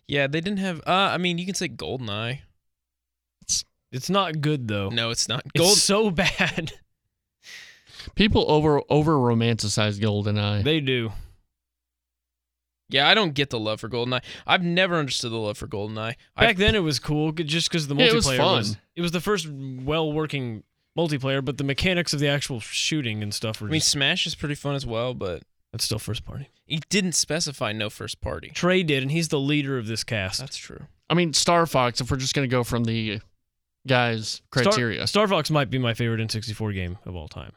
Speaker 5: Yeah, they didn't have. Uh, I mean, you can say Goldeneye.
Speaker 4: It's not good though.
Speaker 5: No, it's not
Speaker 4: It's
Speaker 5: Gold.
Speaker 4: so bad. (laughs)
Speaker 3: People over over romanticize Goldeneye.
Speaker 4: they do.
Speaker 5: yeah, I don't get the love for Goldeneye. I've never understood the love for Goldeneye.
Speaker 4: Back
Speaker 5: I,
Speaker 4: then it was cool g- just because the multiplayer
Speaker 3: Yeah, it was fun.
Speaker 4: it was the first well working multiplayer, but the mechanics of the actual shooting and stuff were
Speaker 5: I mean,
Speaker 4: just,
Speaker 5: Smash is pretty fun as well, but
Speaker 4: that's still first party.
Speaker 5: he didn't specify no first party.
Speaker 4: Trey did, and he's the leader of this cast.
Speaker 5: That's true.
Speaker 3: I mean, Star Fox, if we're just going to go from the guys' criteria.
Speaker 4: Star, Star Fox might be my favorite N64 game of all time.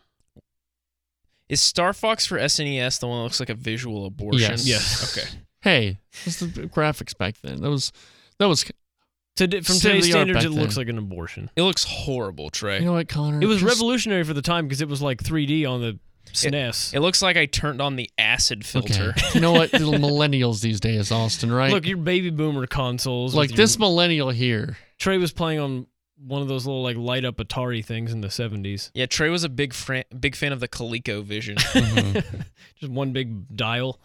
Speaker 5: Is Star Fox for SNES the one that looks like a visual abortion?
Speaker 4: (laughs)
Speaker 3: Yes.
Speaker 4: Yes.
Speaker 5: Okay.
Speaker 3: hey, that's the graphics back then. That was, that was,
Speaker 4: Today, from
Speaker 3: State of
Speaker 4: today's
Speaker 3: the art
Speaker 4: standards,
Speaker 3: back
Speaker 4: it looks
Speaker 3: then.
Speaker 4: like an abortion.
Speaker 5: It looks horrible, Trey.
Speaker 3: you know what, Connor?
Speaker 4: It was
Speaker 3: Just-
Speaker 4: revolutionary for the time because it was like 3D on the E SNES.
Speaker 5: it looks like I turned on the acid
Speaker 3: (laughs)
Speaker 5: filter.
Speaker 3: Okay. you know what? Little millennials these days, Austin, right?
Speaker 4: Look, your baby boomer consoles. with
Speaker 3: like
Speaker 4: your-
Speaker 3: this millennial here.
Speaker 4: Trey was playing on one of those little like light up Atari things in the 70s.
Speaker 5: Yeah, Trey was a big fran- big fan of the
Speaker 3: (laughs)
Speaker 5: Coleco Vision.
Speaker 3: Mm-hmm.
Speaker 4: Just one big dial.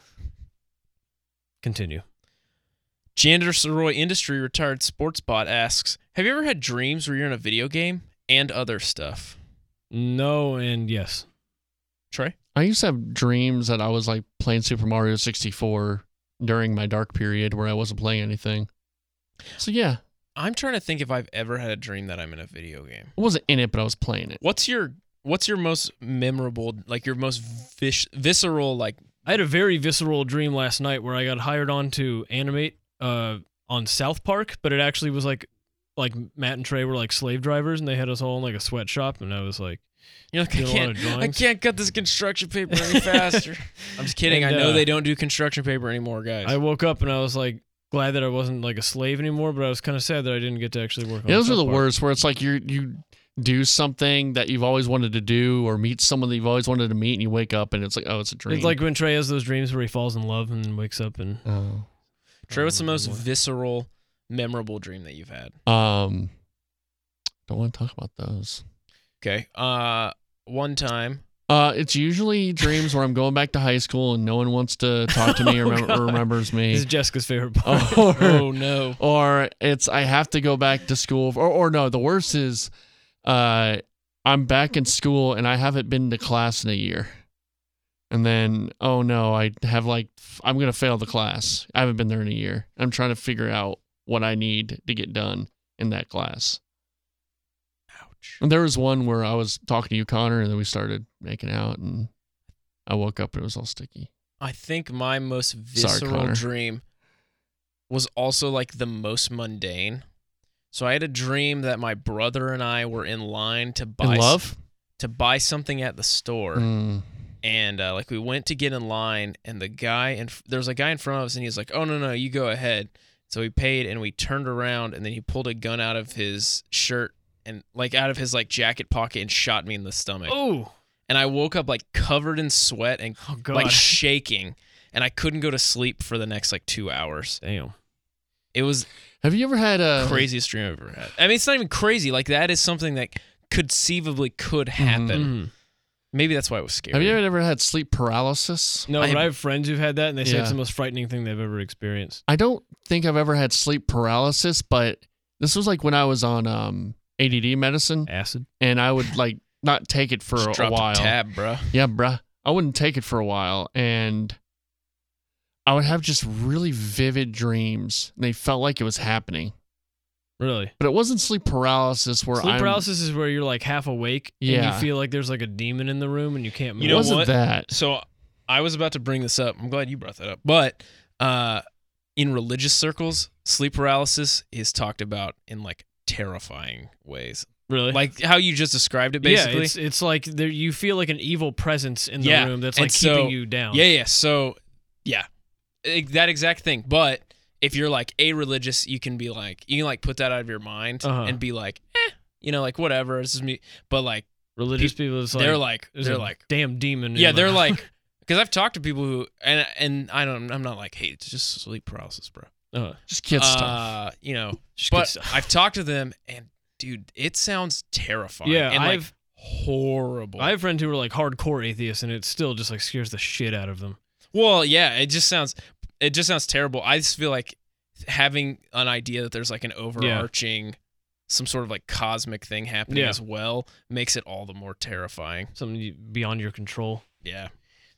Speaker 4: Continue.
Speaker 5: Janitor Soroy Industry retired sportsbot asks, "Have you ever had dreams where you're in a video game and other stuff?"
Speaker 4: No and yes.
Speaker 5: Trey,
Speaker 3: I used to have dreams that I was like playing Super Mario 64 during my dark period where I wasn't playing anything. So yeah,
Speaker 5: I'm trying to think if I've ever had a dream that I'm in a video game.
Speaker 3: I wasn't in it, but I was playing it.
Speaker 5: What's your What's your most memorable, like your most vis- visceral, like
Speaker 4: I had a very visceral dream last night where I got hired on to animate uh, on South Park, but it actually was like like Matt and Trey were like slave drivers and they had us all in like a sweatshop and I was like
Speaker 5: you're like I
Speaker 4: Did a lot
Speaker 5: can't,
Speaker 4: of
Speaker 5: I
Speaker 4: drawings.
Speaker 5: can't cut this construction paper
Speaker 4: (laughs)
Speaker 5: any faster. I'm just kidding.
Speaker 4: And,
Speaker 5: I know
Speaker 4: uh,
Speaker 5: they don't do construction paper anymore, guys.
Speaker 4: I woke up and I was like glad that I wasn't like a slave anymore, but I was kind of sad that I didn't get to actually work on
Speaker 3: Yeah, those are
Speaker 4: South
Speaker 3: the
Speaker 4: Park.
Speaker 3: worst where it's like you you do something that you've always wanted to do or meet someone that you've always wanted to meet and you wake up and it's like, oh, it's a dream.
Speaker 4: It's like when Trey has those dreams where he falls in love and then wakes up and
Speaker 3: oh.
Speaker 5: Trey, what's the most visceral, memorable dream that you've had?
Speaker 3: um don't want to talk about those.
Speaker 5: Okay. Uh, one time.
Speaker 3: Uh, it's usually dreams where I'm going back to high school and no one wants to talk to me or, remem- or
Speaker 4: God.
Speaker 3: remembers
Speaker 4: This is
Speaker 3: me.
Speaker 4: Jessica's favorite part.
Speaker 3: Or,
Speaker 5: (laughs) Oh no.
Speaker 3: or it's I have to go back to school. Or, or no, the worst is uh, I'm back in school and I haven't been to class in a year. And then, oh no, I have like, f- I'm going to fail the class. I haven't been there in a year. I'm trying to figure out what I need to get done in that class.
Speaker 5: Ouch.
Speaker 3: And there was one where I was talking to you, Connor, and then we started making out, and I woke up and it was all sticky.
Speaker 5: I think my most
Speaker 3: Sorry,
Speaker 5: visceral
Speaker 3: Connor.
Speaker 5: dream was also like the most mundane. So I had a dream that my brother and I were in line to buy
Speaker 3: In
Speaker 5: s-
Speaker 3: love?
Speaker 5: to buy something at the store,
Speaker 3: Mm.
Speaker 5: and uh, like we went to get in line, and the guy and there was a guy in front of us, and he was like, "Oh no no, you go ahead." So we paid, and we turned around, and then he pulled a gun out of his shirt and like out of his like jacket pocket and shot me in the stomach.
Speaker 4: oh,
Speaker 5: and I woke up like covered in sweat and
Speaker 4: oh god.
Speaker 3: (laughs)
Speaker 5: like shaking, and I couldn't go to sleep for the next like two hours.
Speaker 4: Damn.
Speaker 5: It was
Speaker 3: Have you ever had a
Speaker 5: craziest dream I've ever had. I mean, it's not even crazy. Like that is something that conceivably could happen.
Speaker 4: Mhm.
Speaker 5: Maybe that's why it was scary.
Speaker 3: Mm-hmm. Have you ever had sleep paralysis?
Speaker 4: No,
Speaker 5: I
Speaker 4: but
Speaker 5: have-
Speaker 4: I have friends who've had that, and they say
Speaker 3: Yeah.
Speaker 4: it's the most frightening thing they've ever experienced.
Speaker 3: I don't think I've ever had sleep paralysis, but this was like when I was on um, ADD medicine,
Speaker 4: Acid.
Speaker 3: and I would like not take it for
Speaker 5: Just
Speaker 3: a, a
Speaker 5: dropped
Speaker 3: while.
Speaker 5: tab, bruh.
Speaker 3: Yeah, bruh. I wouldn't take it for a while. And I would have just really vivid dreams. And they felt like it was happening.
Speaker 4: Really.
Speaker 3: But it wasn't sleep paralysis where
Speaker 4: Sleep
Speaker 3: I'm,
Speaker 4: paralysis is where you're like half awake and
Speaker 3: Yeah.
Speaker 4: you feel like there's like a demon in the room and you can't move.
Speaker 5: You
Speaker 3: It
Speaker 5: know
Speaker 3: wasn't
Speaker 5: what?
Speaker 3: that.
Speaker 5: So I was about to bring this up. I'm glad you brought that up. But uh, in religious circles, sleep paralysis is talked about in like terrifying
Speaker 3: (laughs)
Speaker 5: ways,
Speaker 4: really?
Speaker 5: like how you just described it.
Speaker 4: yeah,
Speaker 5: Basically,
Speaker 4: it's, it's like there, you feel like an evil presence in the
Speaker 5: Yeah,
Speaker 4: room that's
Speaker 5: and
Speaker 4: like
Speaker 5: so-
Speaker 4: keeping you down.
Speaker 5: Yeah, yeah. So, yeah, E- that exact thing. But if you're like a religious, you can be like, you can like put that out of your mind
Speaker 4: Uh-huh.
Speaker 5: and be like, eh, you know, like whatever. This is me. But like,
Speaker 4: Religious people, it's like,
Speaker 5: they're like,
Speaker 4: there's
Speaker 5: they're
Speaker 4: a
Speaker 5: like,
Speaker 4: damn demon. in
Speaker 5: yeah,
Speaker 4: my-
Speaker 5: they're like, (laughs) Because I've talked to people who and and I don't I'm not like hey it's just sleep paralysis, bro.
Speaker 4: Uh,
Speaker 3: Just kid stuff.
Speaker 5: Uh, you know,
Speaker 4: Just good
Speaker 5: but
Speaker 4: stuff.
Speaker 5: I've talked to them and dude, it sounds terrifying.
Speaker 4: Yeah,
Speaker 5: and like,
Speaker 4: I've-
Speaker 5: horrible.
Speaker 4: I have friends who are like hardcore atheists, and it still just like scares the shit out of them.
Speaker 5: Well, yeah, it just sounds it just sounds terrible. I just feel like having an idea that there's like an overarching some sort of like cosmic thing happening
Speaker 4: Yeah.
Speaker 5: as well makes it all the more terrifying.
Speaker 4: Something you- beyond your control.
Speaker 5: Yeah.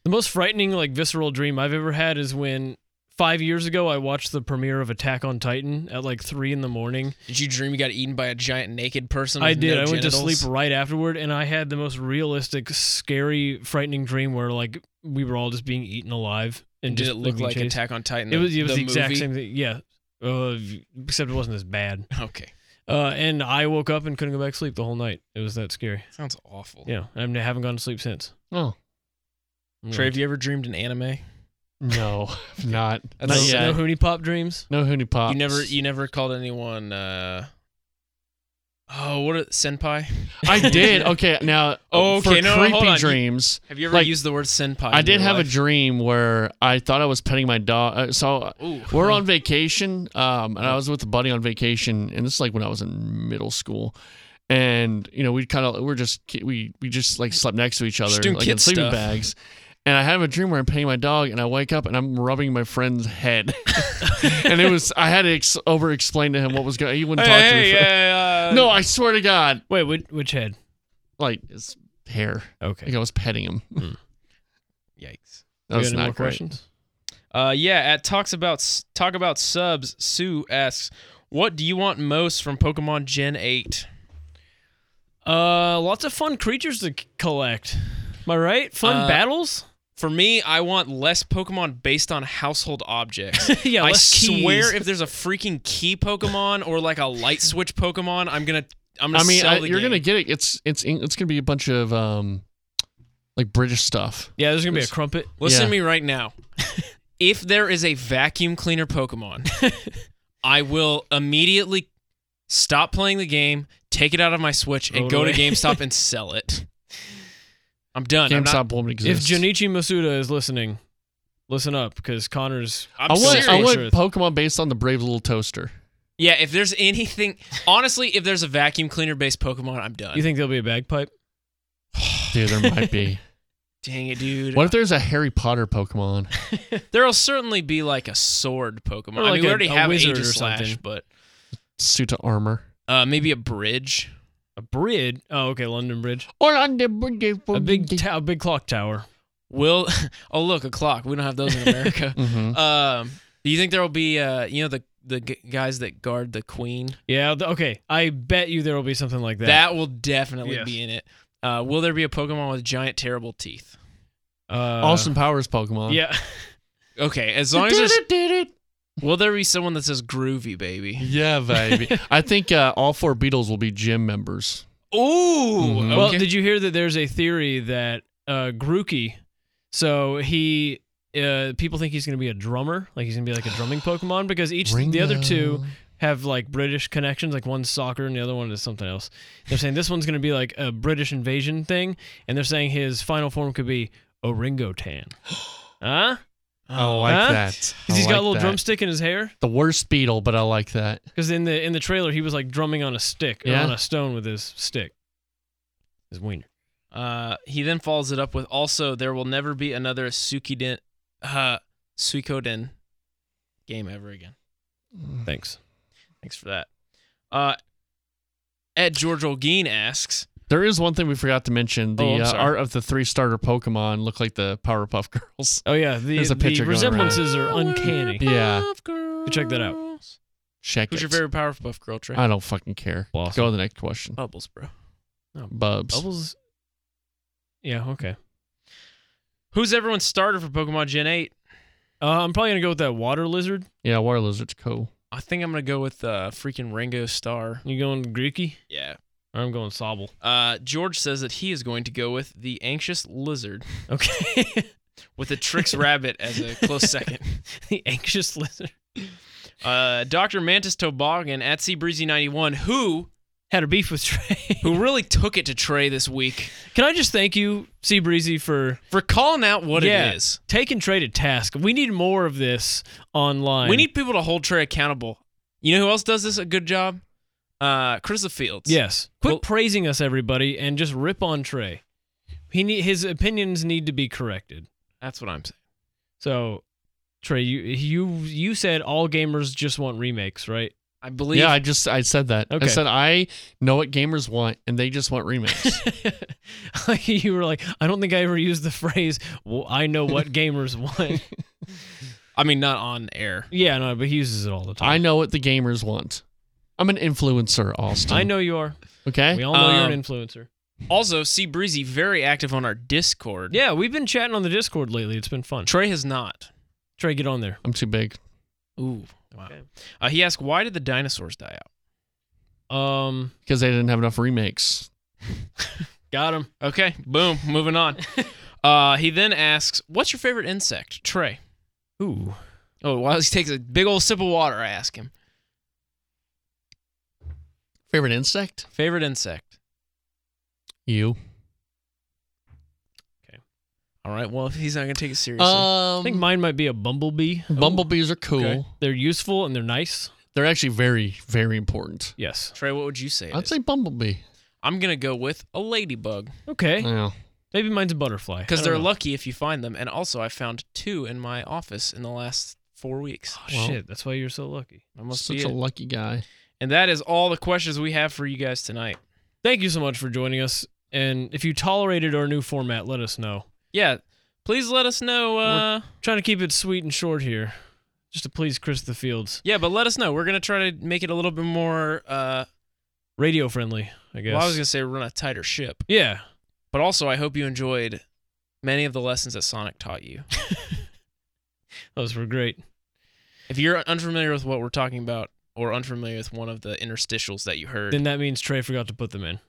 Speaker 4: The most frightening, like visceral dream I've ever had is when five years ago I watched the premiere of Attack on Titan at like three in the morning.
Speaker 5: Did you dream you got eaten by a giant naked person?
Speaker 4: I
Speaker 5: with
Speaker 4: did.
Speaker 5: no
Speaker 4: I went to
Speaker 5: genitals?
Speaker 4: sleep right afterward, and I had the most realistic, scary, frightening dream where like we were all just being eaten alive. And
Speaker 5: Did
Speaker 4: just
Speaker 5: it look
Speaker 4: being
Speaker 5: like
Speaker 4: chased.
Speaker 5: Attack on Titan?
Speaker 4: It was
Speaker 5: the,
Speaker 4: it was the,
Speaker 5: the
Speaker 4: exact
Speaker 5: movie?
Speaker 4: same thing. Yeah, uh, except it wasn't as bad.
Speaker 5: (laughs) Okay,
Speaker 4: Uh, and I woke up and couldn't go back to sleep the whole night. It was that scary.
Speaker 5: sounds awful.
Speaker 4: Yeah, and I haven't gone to sleep since.
Speaker 3: Oh
Speaker 4: I'm
Speaker 5: Trey,
Speaker 4: like-
Speaker 5: have you ever dreamed an anime?
Speaker 3: no, (laughs)
Speaker 5: (laughs)
Speaker 3: not not
Speaker 5: That's-
Speaker 4: no,
Speaker 3: yet.
Speaker 4: no Hoonie Pop dreams.
Speaker 3: No Hoonie Pop.
Speaker 5: You never, you never called anyone. uh Oh, what a senpai!
Speaker 3: I did. Okay, now
Speaker 5: Oh, (laughs) okay,
Speaker 3: for
Speaker 5: no, no, hold
Speaker 3: creepy
Speaker 5: on. You-
Speaker 3: dreams.
Speaker 5: Have you ever
Speaker 3: Like,
Speaker 5: used the word senpai?
Speaker 3: I
Speaker 5: in
Speaker 3: did
Speaker 5: your
Speaker 3: have a
Speaker 5: life?
Speaker 3: dream where I thought I was petting my dog. Uh, so
Speaker 5: Ooh.
Speaker 3: we're on vacation, um, and I was with a buddy on vacation, and this is like when I was in middle school, and you know we kind of we're just ki- we we just like slept next to each other,
Speaker 5: Just doing
Speaker 3: like in
Speaker 5: kid
Speaker 3: sleeping
Speaker 5: stuff.
Speaker 3: bags. And I have a dream where I'm petting my dog, and I wake up and I'm rubbing my friend's head, (laughs) and it was I had to ex- over explain to him what was going. He wouldn't talk to me.
Speaker 5: Hey,
Speaker 3: for-
Speaker 5: (laughs) yeah, uh,
Speaker 3: No, I swear to God,
Speaker 4: Wait, which, which head?
Speaker 3: like his hair.
Speaker 4: Okay.
Speaker 3: Like I was petting him.
Speaker 5: uh,
Speaker 4: Mm.
Speaker 5: Yikes.
Speaker 3: That
Speaker 4: You
Speaker 3: was
Speaker 4: got any
Speaker 3: not
Speaker 4: more
Speaker 3: great.
Speaker 4: questions?
Speaker 5: Uh, yeah. At talks about talk about subs. Sue asks, "What do you want most from Pokemon Gen 8?
Speaker 4: Uh, lots of fun creatures to c- collect. Am I right? Fun
Speaker 5: Uh,
Speaker 4: battles.
Speaker 5: For me, I want less Pokemon based on household
Speaker 3: (laughs)
Speaker 4: (laughs)
Speaker 5: objects.
Speaker 4: yeah,
Speaker 5: I
Speaker 4: less keys.
Speaker 5: swear, if there's a freaking key Pokemon or like a light switch Pokemon, I'm gonna, I'm gonna.
Speaker 3: I mean,
Speaker 5: sell
Speaker 3: I,
Speaker 5: the
Speaker 3: you're
Speaker 5: game.
Speaker 3: gonna get it. It's it's in- it's gonna be a bunch of um, like British stuff.
Speaker 4: yeah, there's gonna be a crumpet.
Speaker 5: Listen
Speaker 3: Yeah.
Speaker 5: to me
Speaker 4: (laughs)
Speaker 5: right now. if there is a vacuum cleaner
Speaker 4: (laughs)
Speaker 5: Pokemon, I will immediately stop playing the game, take it out of my Switch,
Speaker 4: Throw
Speaker 5: and
Speaker 4: it
Speaker 5: go to
Speaker 4: away.
Speaker 5: GameStop and sell it. I'm done. I'm
Speaker 3: GameStop
Speaker 5: not,
Speaker 3: won't
Speaker 4: If
Speaker 3: exist.
Speaker 4: Junichi Masuda is listening, listen up because Connor's.
Speaker 5: I'm
Speaker 3: I want
Speaker 5: serious.
Speaker 3: I want
Speaker 4: Serious.
Speaker 3: Pokemon based on the Brave Little Toaster.
Speaker 5: yeah, if there's anything, honestly, if there's a vacuum cleaner based Pokemon, I'm done.
Speaker 4: You think there'll be a bagpipe?
Speaker 3: Dude, there
Speaker 4: (laughs)
Speaker 3: might be.
Speaker 5: Dang it, dude.
Speaker 3: What if there's a Harry Potter Pokemon?
Speaker 5: There'll certainly be like a sword Pokemon.
Speaker 4: Or
Speaker 5: I
Speaker 4: like
Speaker 5: mean, we
Speaker 4: a-
Speaker 5: already
Speaker 4: a
Speaker 5: have
Speaker 4: wizard or
Speaker 5: Aegislash,
Speaker 4: something.
Speaker 5: but
Speaker 3: Suit of armor.
Speaker 5: uh, maybe a bridge.
Speaker 4: A bridge? Oh, okay, London Bridge.
Speaker 3: Or on the
Speaker 4: A big, (laughs) ta- a big clock tower.
Speaker 5: Will (laughs) oh look a clock. We don't have those
Speaker 4: (laughs)
Speaker 5: in America.
Speaker 4: Mm-hmm.
Speaker 3: hmm
Speaker 5: Um, do you think there will be, uh, you know, the the g- guys that guard the queen?
Speaker 4: Yeah. th- Okay. I bet you there will be something like that.
Speaker 5: That will definitely
Speaker 4: Yes.
Speaker 5: be in it. Uh, will there be a Pokemon with giant, terrible teeth?
Speaker 4: Uh,
Speaker 3: Austin Powers Pokemon.
Speaker 4: Yeah.
Speaker 5: Okay, as long as
Speaker 3: (laughs)
Speaker 5: there's, will there be someone that says groovy, baby?
Speaker 3: Yeah,
Speaker 4: (laughs)
Speaker 3: baby. I think uh, all four Beatles will be gym members.
Speaker 5: Ooh,
Speaker 3: Mhm.
Speaker 4: Well,
Speaker 5: okay.
Speaker 4: did you hear that? There's a theory that uh, Grookey. So he, uh, people think he's gonna be a drummer. Like he's gonna be like a drumming Pokemon because each the other two
Speaker 3: Ringo.
Speaker 4: have like British connections. Like one's soccer and the other one is something else. They're saying this one's gonna be like a British invasion thing, and they're saying his final form could be
Speaker 3: (gasps)
Speaker 4: Oringotan. Huh?
Speaker 3: I like
Speaker 4: Huh?
Speaker 3: that. I
Speaker 4: Because he's got
Speaker 3: like
Speaker 4: a little
Speaker 3: that.
Speaker 4: drumstick in his hair.
Speaker 3: The worst Beetle, but I like that.
Speaker 4: Because in the in the trailer, he was like drumming on a stick or
Speaker 3: Yeah.
Speaker 4: on a stone with his stick, his wiener.
Speaker 5: uh, he then follows it up with also there will never be another Suikoden, uh, Suikoden game ever again.
Speaker 4: Thanks.
Speaker 5: Thanks for that. Uh, Ed George Olguin asks,
Speaker 3: There is one thing we forgot to mention. The
Speaker 5: Oh, I'm
Speaker 3: uh,
Speaker 5: sorry.
Speaker 3: art of the three starter Pokemon look like the Powerpuff Girls. (laughs)
Speaker 4: Oh yeah, the,
Speaker 3: There's a
Speaker 4: the
Speaker 3: picture going around.
Speaker 4: resemblances are
Speaker 5: Oh,
Speaker 4: uncanny.
Speaker 3: Yeah.
Speaker 4: You check that out.
Speaker 3: Check
Speaker 5: Who's
Speaker 3: it.
Speaker 5: your favorite Powerpuff Girl, Trey?
Speaker 3: I don't fucking care.
Speaker 4: Blossom.
Speaker 3: Go to the next question.
Speaker 5: Bubbles, bro.
Speaker 3: Bubs.
Speaker 4: Bubbles. Yeah. Okay.
Speaker 5: Who's everyone's starter for Pokemon Gen 8?
Speaker 4: Uh, I'm probably gonna go with that water lizard.
Speaker 3: Yeah, Water Lizard's cool.
Speaker 5: I think I'm gonna go with uh, freaking Ringo Star.
Speaker 4: You going Greeky?
Speaker 5: Yeah.
Speaker 4: Or I'm going Sobble. (laughs)
Speaker 5: Uh, George says that he is going to go with the anxious lizard
Speaker 4: Okay.
Speaker 5: with the (laughs) Trix Rabbit as a close second.
Speaker 4: the anxious lizard.
Speaker 5: Uh, Dr. Mantis Toboggan at Sea Breezy 91, who
Speaker 4: had a beef with Trey.
Speaker 5: who really took it to Trey this week
Speaker 4: Can I just thank you, Sea Breezy, for
Speaker 5: for calling out what
Speaker 4: yeah,
Speaker 5: it is.
Speaker 4: taking Trey to task. We need more of this online.
Speaker 5: We need people to hold Trey accountable. You know who else does this a good job? Uh, Chris Fields.
Speaker 4: yes. Quit
Speaker 5: Well-
Speaker 4: praising us, everybody, and just rip on Trey. He need, his opinions need to be corrected.
Speaker 5: that's what I'm saying.
Speaker 4: So, Trey, you you you said all gamers just want remakes, right?
Speaker 5: I believe.
Speaker 3: Yeah, I just I said that.
Speaker 4: Okay.
Speaker 3: I said I know what gamers want, and they just want
Speaker 4: (laughs)
Speaker 3: remakes.
Speaker 4: you were like, I don't think I ever used the phrase. Well, I know what gamers want.
Speaker 5: I mean, not on air.
Speaker 4: yeah, no, but he uses it all the time.
Speaker 3: I know what the gamers want. I'm an influencer, Austin.
Speaker 4: I know you are.
Speaker 3: Okay.
Speaker 4: We all know you're
Speaker 5: Um,
Speaker 4: an influencer.
Speaker 5: Also, C Breezy very active on our Discord.
Speaker 4: Yeah, we've been chatting on the Discord lately. It's been fun.
Speaker 5: Trey has not.
Speaker 4: Trey, get on there.
Speaker 3: I'm too big.
Speaker 5: Ooh. Wow. Uh, he asked, "Why did the dinosaurs die
Speaker 4: Um,
Speaker 3: because they didn't have enough remakes.
Speaker 4: got him.
Speaker 5: out?" Okay.
Speaker 4: (laughs)
Speaker 5: Boom. Moving on. uh, he then asks, "What's your favorite insect?" Trey.
Speaker 4: Ooh,
Speaker 5: Oh, while he takes a big old sip of water, I ask him,
Speaker 3: Favorite insect?
Speaker 5: "Favorite insect?"
Speaker 3: You.
Speaker 5: All right. Well, if he's not gonna take it seriously.
Speaker 4: I think
Speaker 3: Um,
Speaker 4: mine might be a bumblebee.
Speaker 3: bumblebees are cool.
Speaker 4: Okay. They're useful and they're nice.
Speaker 3: They're actually very, very important.
Speaker 4: Yes.
Speaker 5: Trey, what would you say? it
Speaker 3: I'd
Speaker 5: is?
Speaker 3: say bumblebee.
Speaker 5: I'm gonna go with a ladybug
Speaker 4: Okay.
Speaker 3: Yeah.
Speaker 4: Maybe mine's a butterfly. I
Speaker 5: because
Speaker 4: don't
Speaker 5: they're
Speaker 4: know.
Speaker 5: lucky if you find them. And also, I found two in my office in the last four weeks.
Speaker 4: Oh, shit, that's why you're so lucky.
Speaker 5: I must
Speaker 3: Such
Speaker 5: be
Speaker 3: a
Speaker 5: it.
Speaker 3: lucky guy.
Speaker 5: And that is all the questions we have for you guys tonight.
Speaker 4: Thank you so much for joining us. And if you tolerated our new format, let us know.
Speaker 5: Yeah, please let us know. Uh,
Speaker 4: Trying to keep it sweet and short here, just to please Chris the Fields.
Speaker 5: yeah, but let us know. We're gonna try to make it a little bit more. Uh,
Speaker 4: Radio friendly, I guess.
Speaker 5: Well, I was gonna say run a tighter ship,
Speaker 4: yeah.
Speaker 5: but also I hope you enjoyed many of the lessons that Sonic taught you.
Speaker 4: Those were great.
Speaker 5: if you're unfamiliar with what we're talking about, or unfamiliar with one of the interstitials that you heard,
Speaker 4: Then that means Trey forgot to put them in.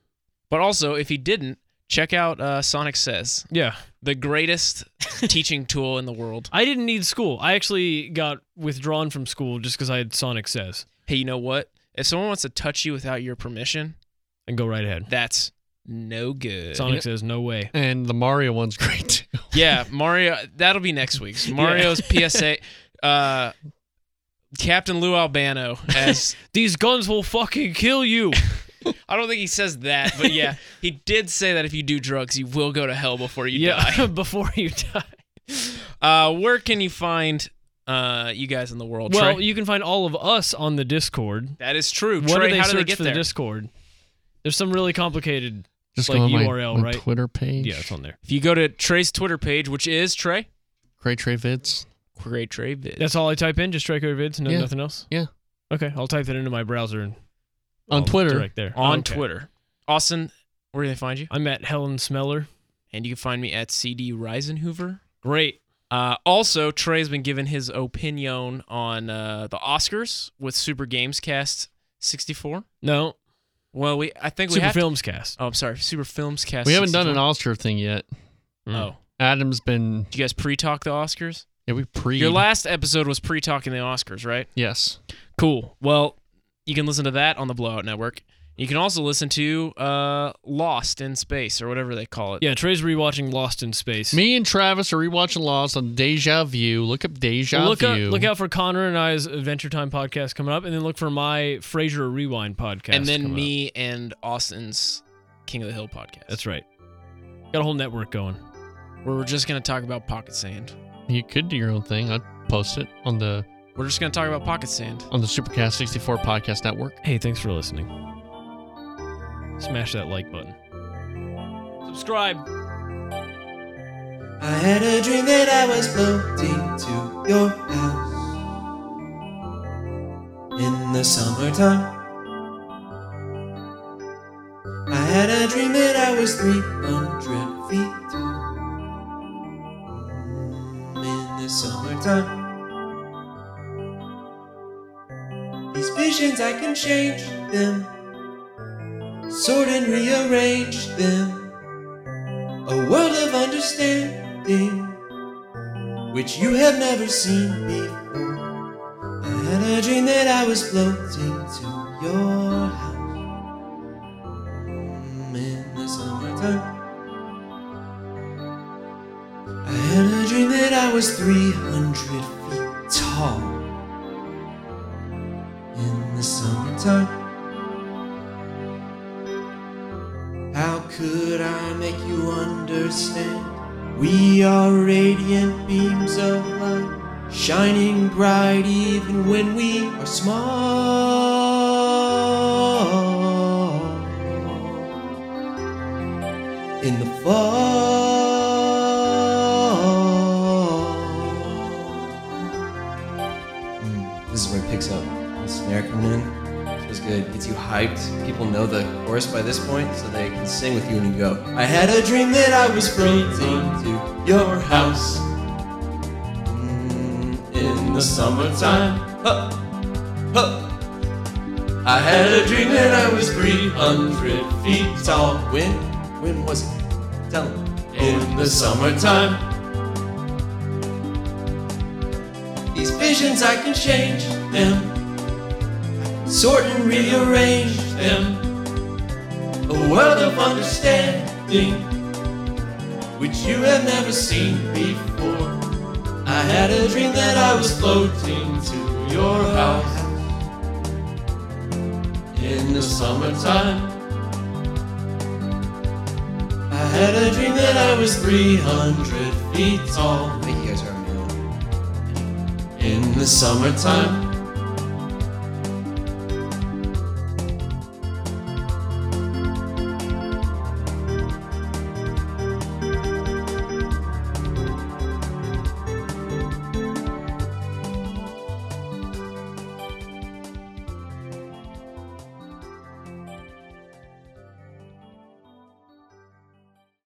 Speaker 5: but also if he didn't, check out uh, Sonic Says.
Speaker 4: Yeah.
Speaker 5: the
Speaker 4: (laughs)
Speaker 5: greatest teaching tool in the world.
Speaker 4: I didn't need school. I actually got withdrawn from school just because I had Sonic Says.
Speaker 5: Hey, you know what? If someone wants to touch you without your permission,
Speaker 4: And go right ahead.
Speaker 5: that's no good.
Speaker 4: Sonic says, no way.
Speaker 3: And the Mario one's (laughs) great too.
Speaker 5: Yeah, Mario. That'll be next
Speaker 4: (laughs)
Speaker 5: week's Mario's PSA. Uh, Captain Lou Albano as
Speaker 4: These guns will fucking kill you.
Speaker 5: I don't think he says that, but
Speaker 4: (laughs)
Speaker 5: yeah, he did say that if you do drugs, you will go to hell before (laughs)
Speaker 4: (laughs)
Speaker 5: you
Speaker 4: yeah. before you die.
Speaker 5: die. Uh, where can you find uh you guys in the world?
Speaker 4: Well,
Speaker 5: Trey?
Speaker 4: you can find all of us on the Discord.
Speaker 5: that is true.
Speaker 4: What
Speaker 5: Trey,
Speaker 4: do they
Speaker 5: how
Speaker 4: search
Speaker 5: do they get
Speaker 4: for
Speaker 5: there?
Speaker 4: the Discord? There's some really complicated.
Speaker 3: Just
Speaker 4: Like
Speaker 3: go on my,
Speaker 4: URL,
Speaker 3: my
Speaker 4: right?
Speaker 3: Twitter page.
Speaker 4: Yeah, it's on there.
Speaker 5: if you go to Trey's Twitter page, which is Trey,
Speaker 3: Great Trey Vids.
Speaker 5: Great Trey Vid.
Speaker 4: That's all I type in, just Trey Cody Vids, no,
Speaker 3: Yeah.
Speaker 4: nothing else.
Speaker 3: Yeah.
Speaker 4: Okay, I'll type that into my browser and
Speaker 3: On
Speaker 4: I'll
Speaker 3: Twitter.
Speaker 4: direct there
Speaker 5: on
Speaker 4: Okay.
Speaker 5: Twitter. Austin, where do they find you?
Speaker 4: I'm at Helen Smeller.
Speaker 5: And you can find me at CD Risenhoover.
Speaker 4: Great.
Speaker 5: Uh, also, Trey's been given his opinion on uh, the Oscars with Super Games Cast 64.
Speaker 4: No,
Speaker 5: Well, we I think we
Speaker 4: Super
Speaker 5: have to-
Speaker 4: Films Cast.
Speaker 5: oh, I'm sorry, Super Films Cast.
Speaker 3: We haven't done
Speaker 5: 64.
Speaker 3: an Oscar thing yet.
Speaker 5: Oh,
Speaker 3: Adam's been
Speaker 5: do you guys pre-talk the Oscars?
Speaker 3: yeah, we pre
Speaker 5: Your last episode was pre-talking the Oscars, right?
Speaker 3: Yes.
Speaker 5: Cool. Well, you can listen to that on the Blowout Network. You can also listen to uh, Lost in Space or whatever they call it.
Speaker 4: Yeah, Trey's rewatching Lost in Space.
Speaker 3: Me and Travis are rewatching Lost on Deja View. Look up Deja
Speaker 4: Well, look, out,
Speaker 3: View.
Speaker 4: look out for Connor and I's Adventure Time podcast coming up, and then look for my Frasier Rewind podcast.
Speaker 5: and then
Speaker 4: coming up.
Speaker 5: me and Austin's King of the Hill podcast.
Speaker 4: That's right. Got a whole network going.
Speaker 5: Where we're just gonna talk about pocket sand.
Speaker 3: You could do your own thing. I'd post it on the
Speaker 5: We're just gonna talk about pocket sand.
Speaker 3: on the Supercast 64 podcast network.
Speaker 4: Hey, thanks for listening. Smash that like button. Subscribe.
Speaker 11: I had a dream that I was floating to your house in the summertime. I had a dream that I was 300 feet tall Mm, in the summertime. These visions, I can change them, sort and rearrange them. A world of understanding which you have never seen before. I had a dream that I was floating to your house time. I had a dream that I was 300 feet tall in the summertime. How could I make you understand? We are radiant beams of light, shining bright even when we are small. In the fall. This is where it picks up. The snare coming in. Feels good. Gets you hyped. People know the chorus by this point, so they can sing with you and you go. I had a dream that I was floating to your house Mm, in the summertime. Huh. Huh. I had a dream that I was 300 feet tall. When? When was it? Tell 'em. In the summertime. These visions I can change them, sort and rearrange them. A world of understanding, which you have never seen before. I had a dream that I was floating to your house in the summertime. I had a dream that I was 300 feet tall. I think you guys are in the summertime.